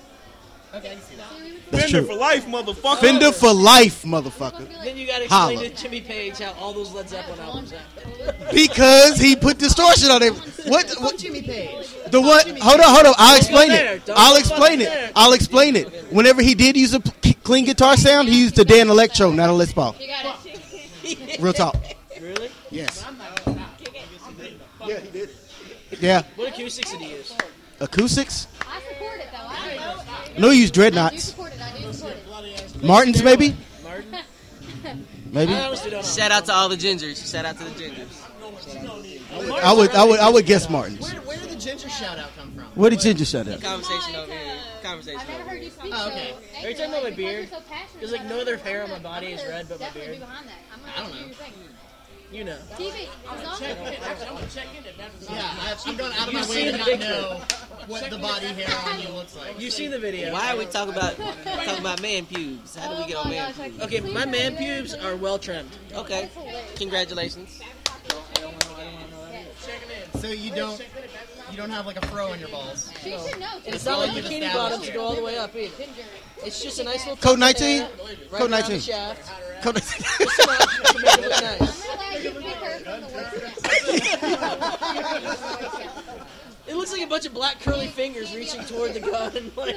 Okay, I can see that. That's Fender true. for life, motherfucker. Fender for life, motherfucker. Then you gotta explain to Holla. Jimmy Page how all those Led Zeppelin albums happened. Because he put distortion on it. What, Fuck what Jimmy Page. the what? Hold on, hold on. I'll explain there. it. Don't I'll go explain there. it. I'll explain it. Whenever he did use a p- clean guitar sound, he used a Dan Electro, not a Les Paul. You got it. Real talk. Really? Yes. Yeah. What acoustics did he use? Acoustics? I support it though. I do. No, he used I do dreadnoughts. support it. I do support it. Martins, maybe? Martin? Maybe. I honestly don't know. Shout out to all the gingers. Shout out to the gingers. I would, I would, I would guess Martins. Where, where did the ginger shout out come from? Where did Ginger shut up? Conversation over here. Conversation. I've never Over heard here. you speak Oh, so okay. angry, Are you talking about my because beard? you're So passionate There's, like, about no it. other hair on my I'm body gonna is red but my definitely beard. be behind that. I'm gonna I don't do know. your thing. You know. TV, as long as- Yeah, I've, I've gone out of You my see way the to not picture. know what the body hair on you looks like. You've seen the video. Why are we talking about talking about man pubes? How do we get Oh on my man gosh, I pubes? Okay, my man pubes are well trimmed. Okay. Congratulations. So you don't you don't have like a fro in your balls. She should know. It's not like bikini bottoms go all the way up either. Ginger. It's just a nice little Code 19? right Code around the 19. shaft. Code 19. Just enough to make it look nice. I'm glad you picked her from the waist down. It looks like a bunch of black curly fingers reaching toward the gun. Like,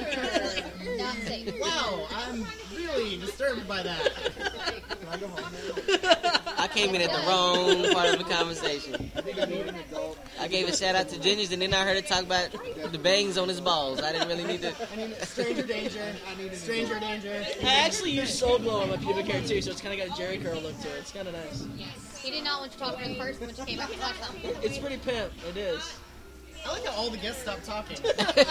Not safe. Wow, I'm really disturbed by that. Can I go home now? I came in at the wrong part of the conversation. I think I need an adult. I gave a shout out to Ginger's, and then I heard it talk about the bangs on his balls. I didn't really need to. I mean, stranger danger. I need stranger danger. I actually use Soul Glow on my pubic hair too, so it's kind of got a Jerry curl look to it. It's kind of nice. He did not want to talk to him first, which came out to talk something. It's pretty pimp. It is. I like how all the guests stopped talking.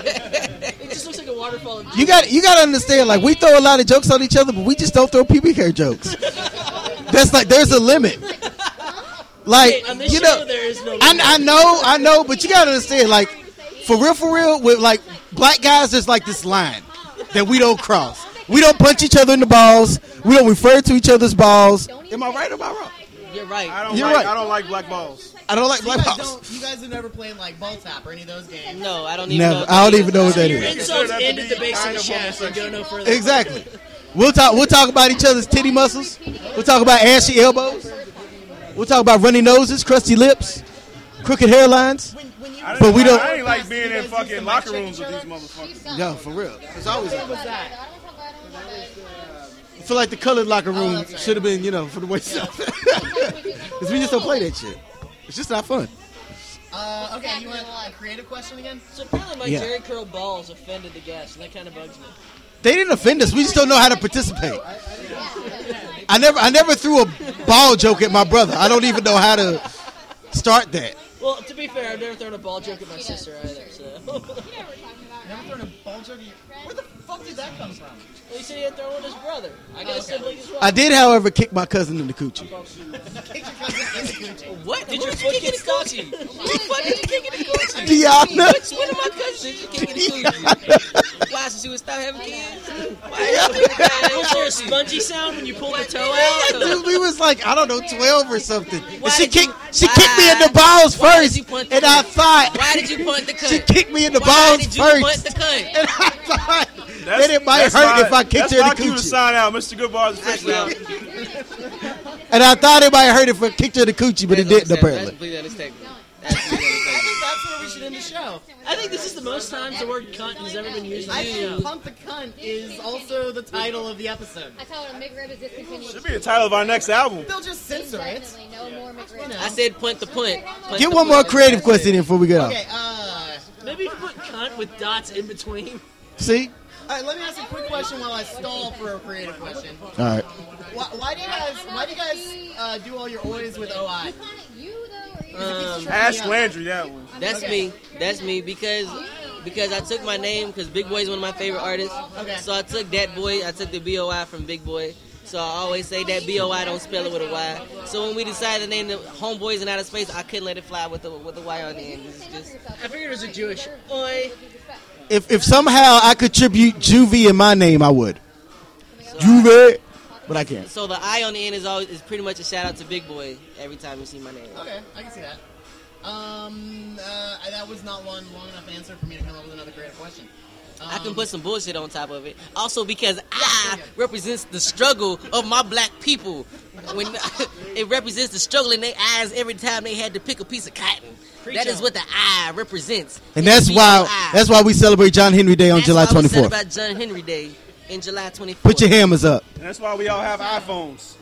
It just looks like a waterfall. Of You got you got to understand. Like we throw a lot of jokes on each other, but we just don't throw pubic hair jokes. That's like there's a limit. Like Hey, on this you show, know, there is no. I, I know, I know, but you got to understand. Like for real, for real, with like black guys, there's like this line that we don't cross. We don't punch each other in the balls. We don't refer to each other's balls. Am I right or am I wrong? You're right. I don't You're like right. I don't like black balls. I don't like You black guys, balls. don't, you guys have never played like ball tap or any of those games. No, I don't even Never. know. I don't even know what that Your is. insults That'd end at be the base of kind the of shaft and go no further. Exactly. We'll talk. We'll talk about each other's titty muscles. We'll talk about ashy elbows. We'll talk about runny noses, crusty lips, crooked hairlines. When, when you I were didn't But we like- don't- I ain't like You being guys in do fucking some mic locker check rooms each with these other? motherfuckers. Yo, for real. It's always. What was that? I feel like the colored locker room should have been, you know, for the white stuff. Because we just don't play that shit. It's just not fun. Uh, okay, you want a creative question again? So apparently, my Yeah. Jerry curl balls offended the guests, and that kind of bugs me. They didn't offend us. We just don't know how to participate. I never, I never threw a ball joke at my brother. I don't even know how to start that. Well, to be fair, I've never thrown a ball joke at my sister either. So, well, Never thrown a ball joke at your... Where the fuck did that come from? he said he had thrown with his brother. I got a sibling as well. I did, however, kick my cousin in the coochie. Kick your cousin in the Gucci. What? Did your foot get stuck? What the fuck did you kick in the coochie? Diana, Which one of my cousins did you kick in the coochie? Why? Since you would stop having kids? Why did you kick Was there a the guy in the spongy sound when you pulled the toe coochie? out? dude, we was like, I don't know, twelve or something. And she did you- kicked, she kicked me in the balls Why did first, you punch and I the- thought Why did you punt the cunt? she kicked me in the Why balls did you punt first, the cunt? and I thought That's- that it might that's hurt my- if I kicked that's her in my the cue to coochie. sign out. Mr. Goodbar's official now. And I thought it might hurt if I kicked her in the coochie, but it didn't That's apparently. completely unacceptable. That's completely I unacceptable. think that's where we should end the show. I think this is the most times the word cunt has ever been used in I the show. think Pump the Cunt is also the title of the episode. I told him McRib is discontinued. Should be the title of our next album. They'll just censor it. Definitely no more McRib. I said punt the punt. Punt Get the one more punt. creative question in before we get off. Okay, uh... Maybe if you put cunt with dots in between. See? Alright, let me ask a quick question while I stall for a creative question. All right. Why, why do you guys, why do you guys uh, do all your oys with OI? You though, or you? Um, Ask Landry that one. That's me. That's me because because I took my name because Big Boy is one of my favorite artists. Okay. So I took that boy. I took the B O I from Big Boy. So I always say that B O I don't spell it with a Y. So when we decided to name the Homeboys in Outer Space, I couldn't let it fly with the with the Y on the end. It's just I figured it was a Jewish. Oi. If, if somehow I could tribute Juvie in my name, I would. Juvie. But I can't. so the I on the end is always is pretty much a shout out to Big Boy every time you see my name. Okay, I can see that. Um, uh, that was not one long enough answer for me to come up with another creative question. Um, I can put some bullshit on top of it. Also, because I represents the struggle of my black people. When it represents the struggle in their eyes every time they had to pick a piece of cotton. that is what the eye represents. And that's why that's why we celebrate John Henry Day on July why we said 24th. About John Henry Day in July 24th. Put your hammers up. And that's why we all have iPhones.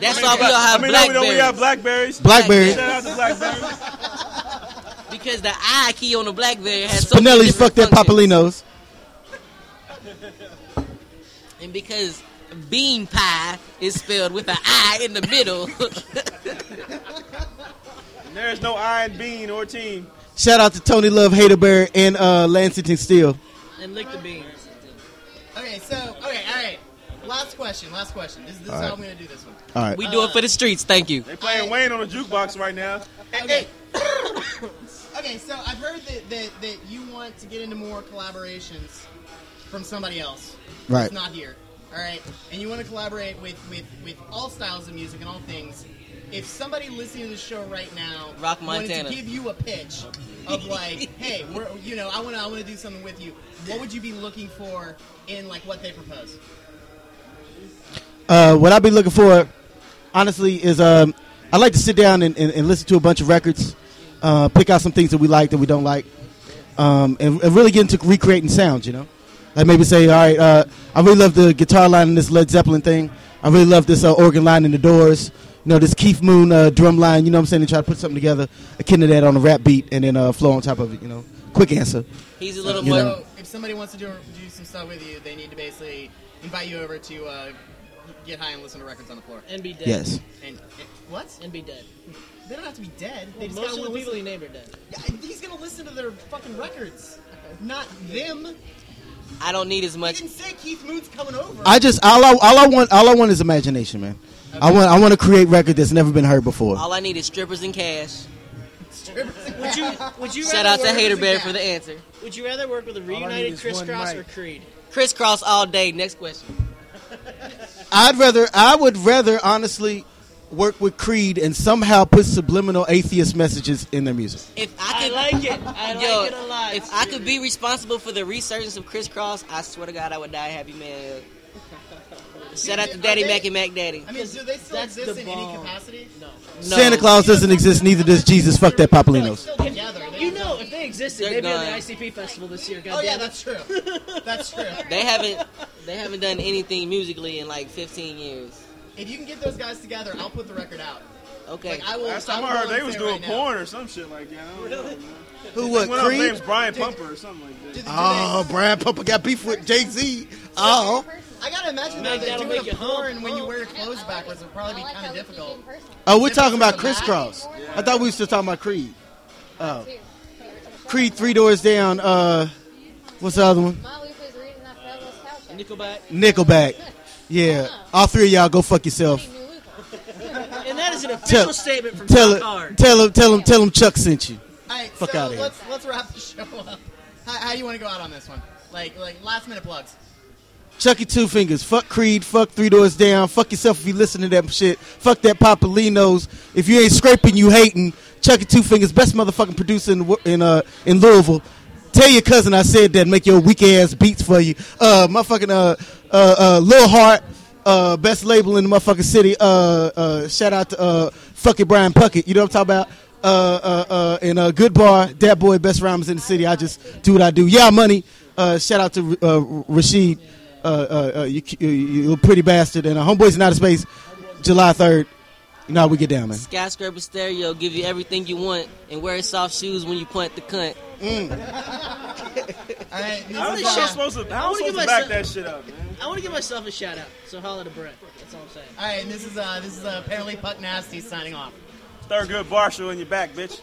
That's why we all have I mean, now we know blackberries. we have Blackberries. Blackberry. Shout out to Blackberry. because the eye key on the blackberry has so many Spinelli's different fuck their Papalinos. functions. And because bean pie is spelled with an I in the middle. There's no I and Bean or team. Shout out to Tony Love, Haterberry, and uh, Lansington Steele. And lick the beans. Okay, so okay, all right. Last question. Last question. This, this is All how right. I'm gonna do this one. All right. we do it for the streets. Thank you. They playing Wayne on a jukebox right now. Okay. okay, so I've heard that, that that you want to get into more collaborations from somebody else. Right. It's not here. All right, and you want to collaborate with with with all styles of music and all things. If somebody listening to the show right now Rock wanted Montana. to give you a pitch of like, hey, we're you know, I want to I want to do something with you. What would you be looking for in like what they propose? Uh, what I've been looking for, honestly, is um, I like to sit down and, and, and listen to a bunch of records, uh, pick out some things that we like that we don't like, um, and, and really get into recreating sounds. You know, like maybe say, all right, uh, I really love the guitar line in this Led Zeppelin thing. I really love this uh, organ line in the Doors. You know, this Keith Moon uh, drum line. You know what I'm saying? And try to put something together akin to that on a rap beat, and then uh, flow on top of it. You know, quick answer. He's a little You more. know. So if somebody wants to do, do some stuff with you, they need to basically invite you over to uh, get high and listen to records on the floor. And be dead. Yes. And, and what? And be dead. They don't have to be dead. They just Most gotta of the listen- people you named are dead. Yeah, he's gonna listen to their fucking records, not them. I don't need as I much. didn't say Keith Moon's coming over. I just all I, all I want all I want is imagination, man. I want I want to create record that's never been heard before. All I need is strippers and cash. Would you? Would you? Shout rather out to work Hater with a- Bear for the answer. Would you rather work with a reunited is Criss one Cross mic. or Creed? Crisscross all day. Next question. I'd rather I would rather honestly work with Creed and somehow put subliminal atheist messages in their music. If I I could, like it. I like yo, it a lot. if I could be responsible for the resurgence of crisscross, I swear to God, I would die a happy man. Shout out to Daddy Are Mac they- and Mac Daddy. I mean, do they still That's exist the in any bomb. capacity? No. No. Santa Claus doesn't exist, neither does Jesus. Fuck that Papalinos. Still together. They you just know, don't- if they existed, They're they'd be on gone. the ICP festival this year. God Oh yeah, that's true. That's true. They haven't, they haven't done anything musically in like 15 years. If you can get those guys together, I'll put the record out. Okay. Like I will. Last time will I heard go they and was say doing right now. porn or some shit like that. I don't know. Who what? One of them name's Creed? Brian Pumper or something like Do- that. do Oh, Brian Pumper got beef with Jay Z. Oh, they- I gotta imagine Man, that they're that'll doing make a you hump, porn when you hump. wear your clothes backwards would probably be kind of difficult. oh, we're talking about crisscross. I thought we were still talking about Creed. Oh. Creed, three doors down. Uh, what's the other one? My wife was reading that fellow's couch. I Nickelback. Nickelback. Yeah, all three of y'all go fuck yourself. knew it. And that is an official Tell- statement from Tell Tell it, tell him, tell him, tell him. Chuck sent you. All right, Fuck so outta here. let's let's wrap the show up. How, how you want to go out on this one? Like like last minute plugs. Chucky E. Two Fingers. Fuck Creed. Fuck Three Doors Down. Fuck yourself if you listen to that shit. Fuck that Papalinos. If you ain't scraping, you hating. Chucky Two Fingers, best motherfucking producer in the wor- in uh in Louisville. Tell your cousin I said that. Make your weak ass beats for you. Uh, motherfucking uh uh uh Lil Heart. Uh, best label in the motherfucking city. Uh, uh, shout out to uh, fuck it, Brian Puckett. You know what I'm talking about? Uh, uh, uh, and uh, good bar, that boy, best rhymes in the city. I just do what I do. Yeah, money. Uh, shout out to uh, Rashid uh, uh, uh, you, you, you little pretty bastard, and uh, Homeboys in Outer Space, July 3rd. You know how we get down, man. Skyscraper stereo give you everything you want and wear soft shoes when you punt the cunt. All right, this How is, the uh, shit supposed to? How wanna am I supposed give to back myself- that shit up, man? I want to give myself a shout out. So holla to Brett. That's all I'm saying. all right, this is uh this is uh, apparently Puck Nasty signing off. Third good bar show in your back, bitch.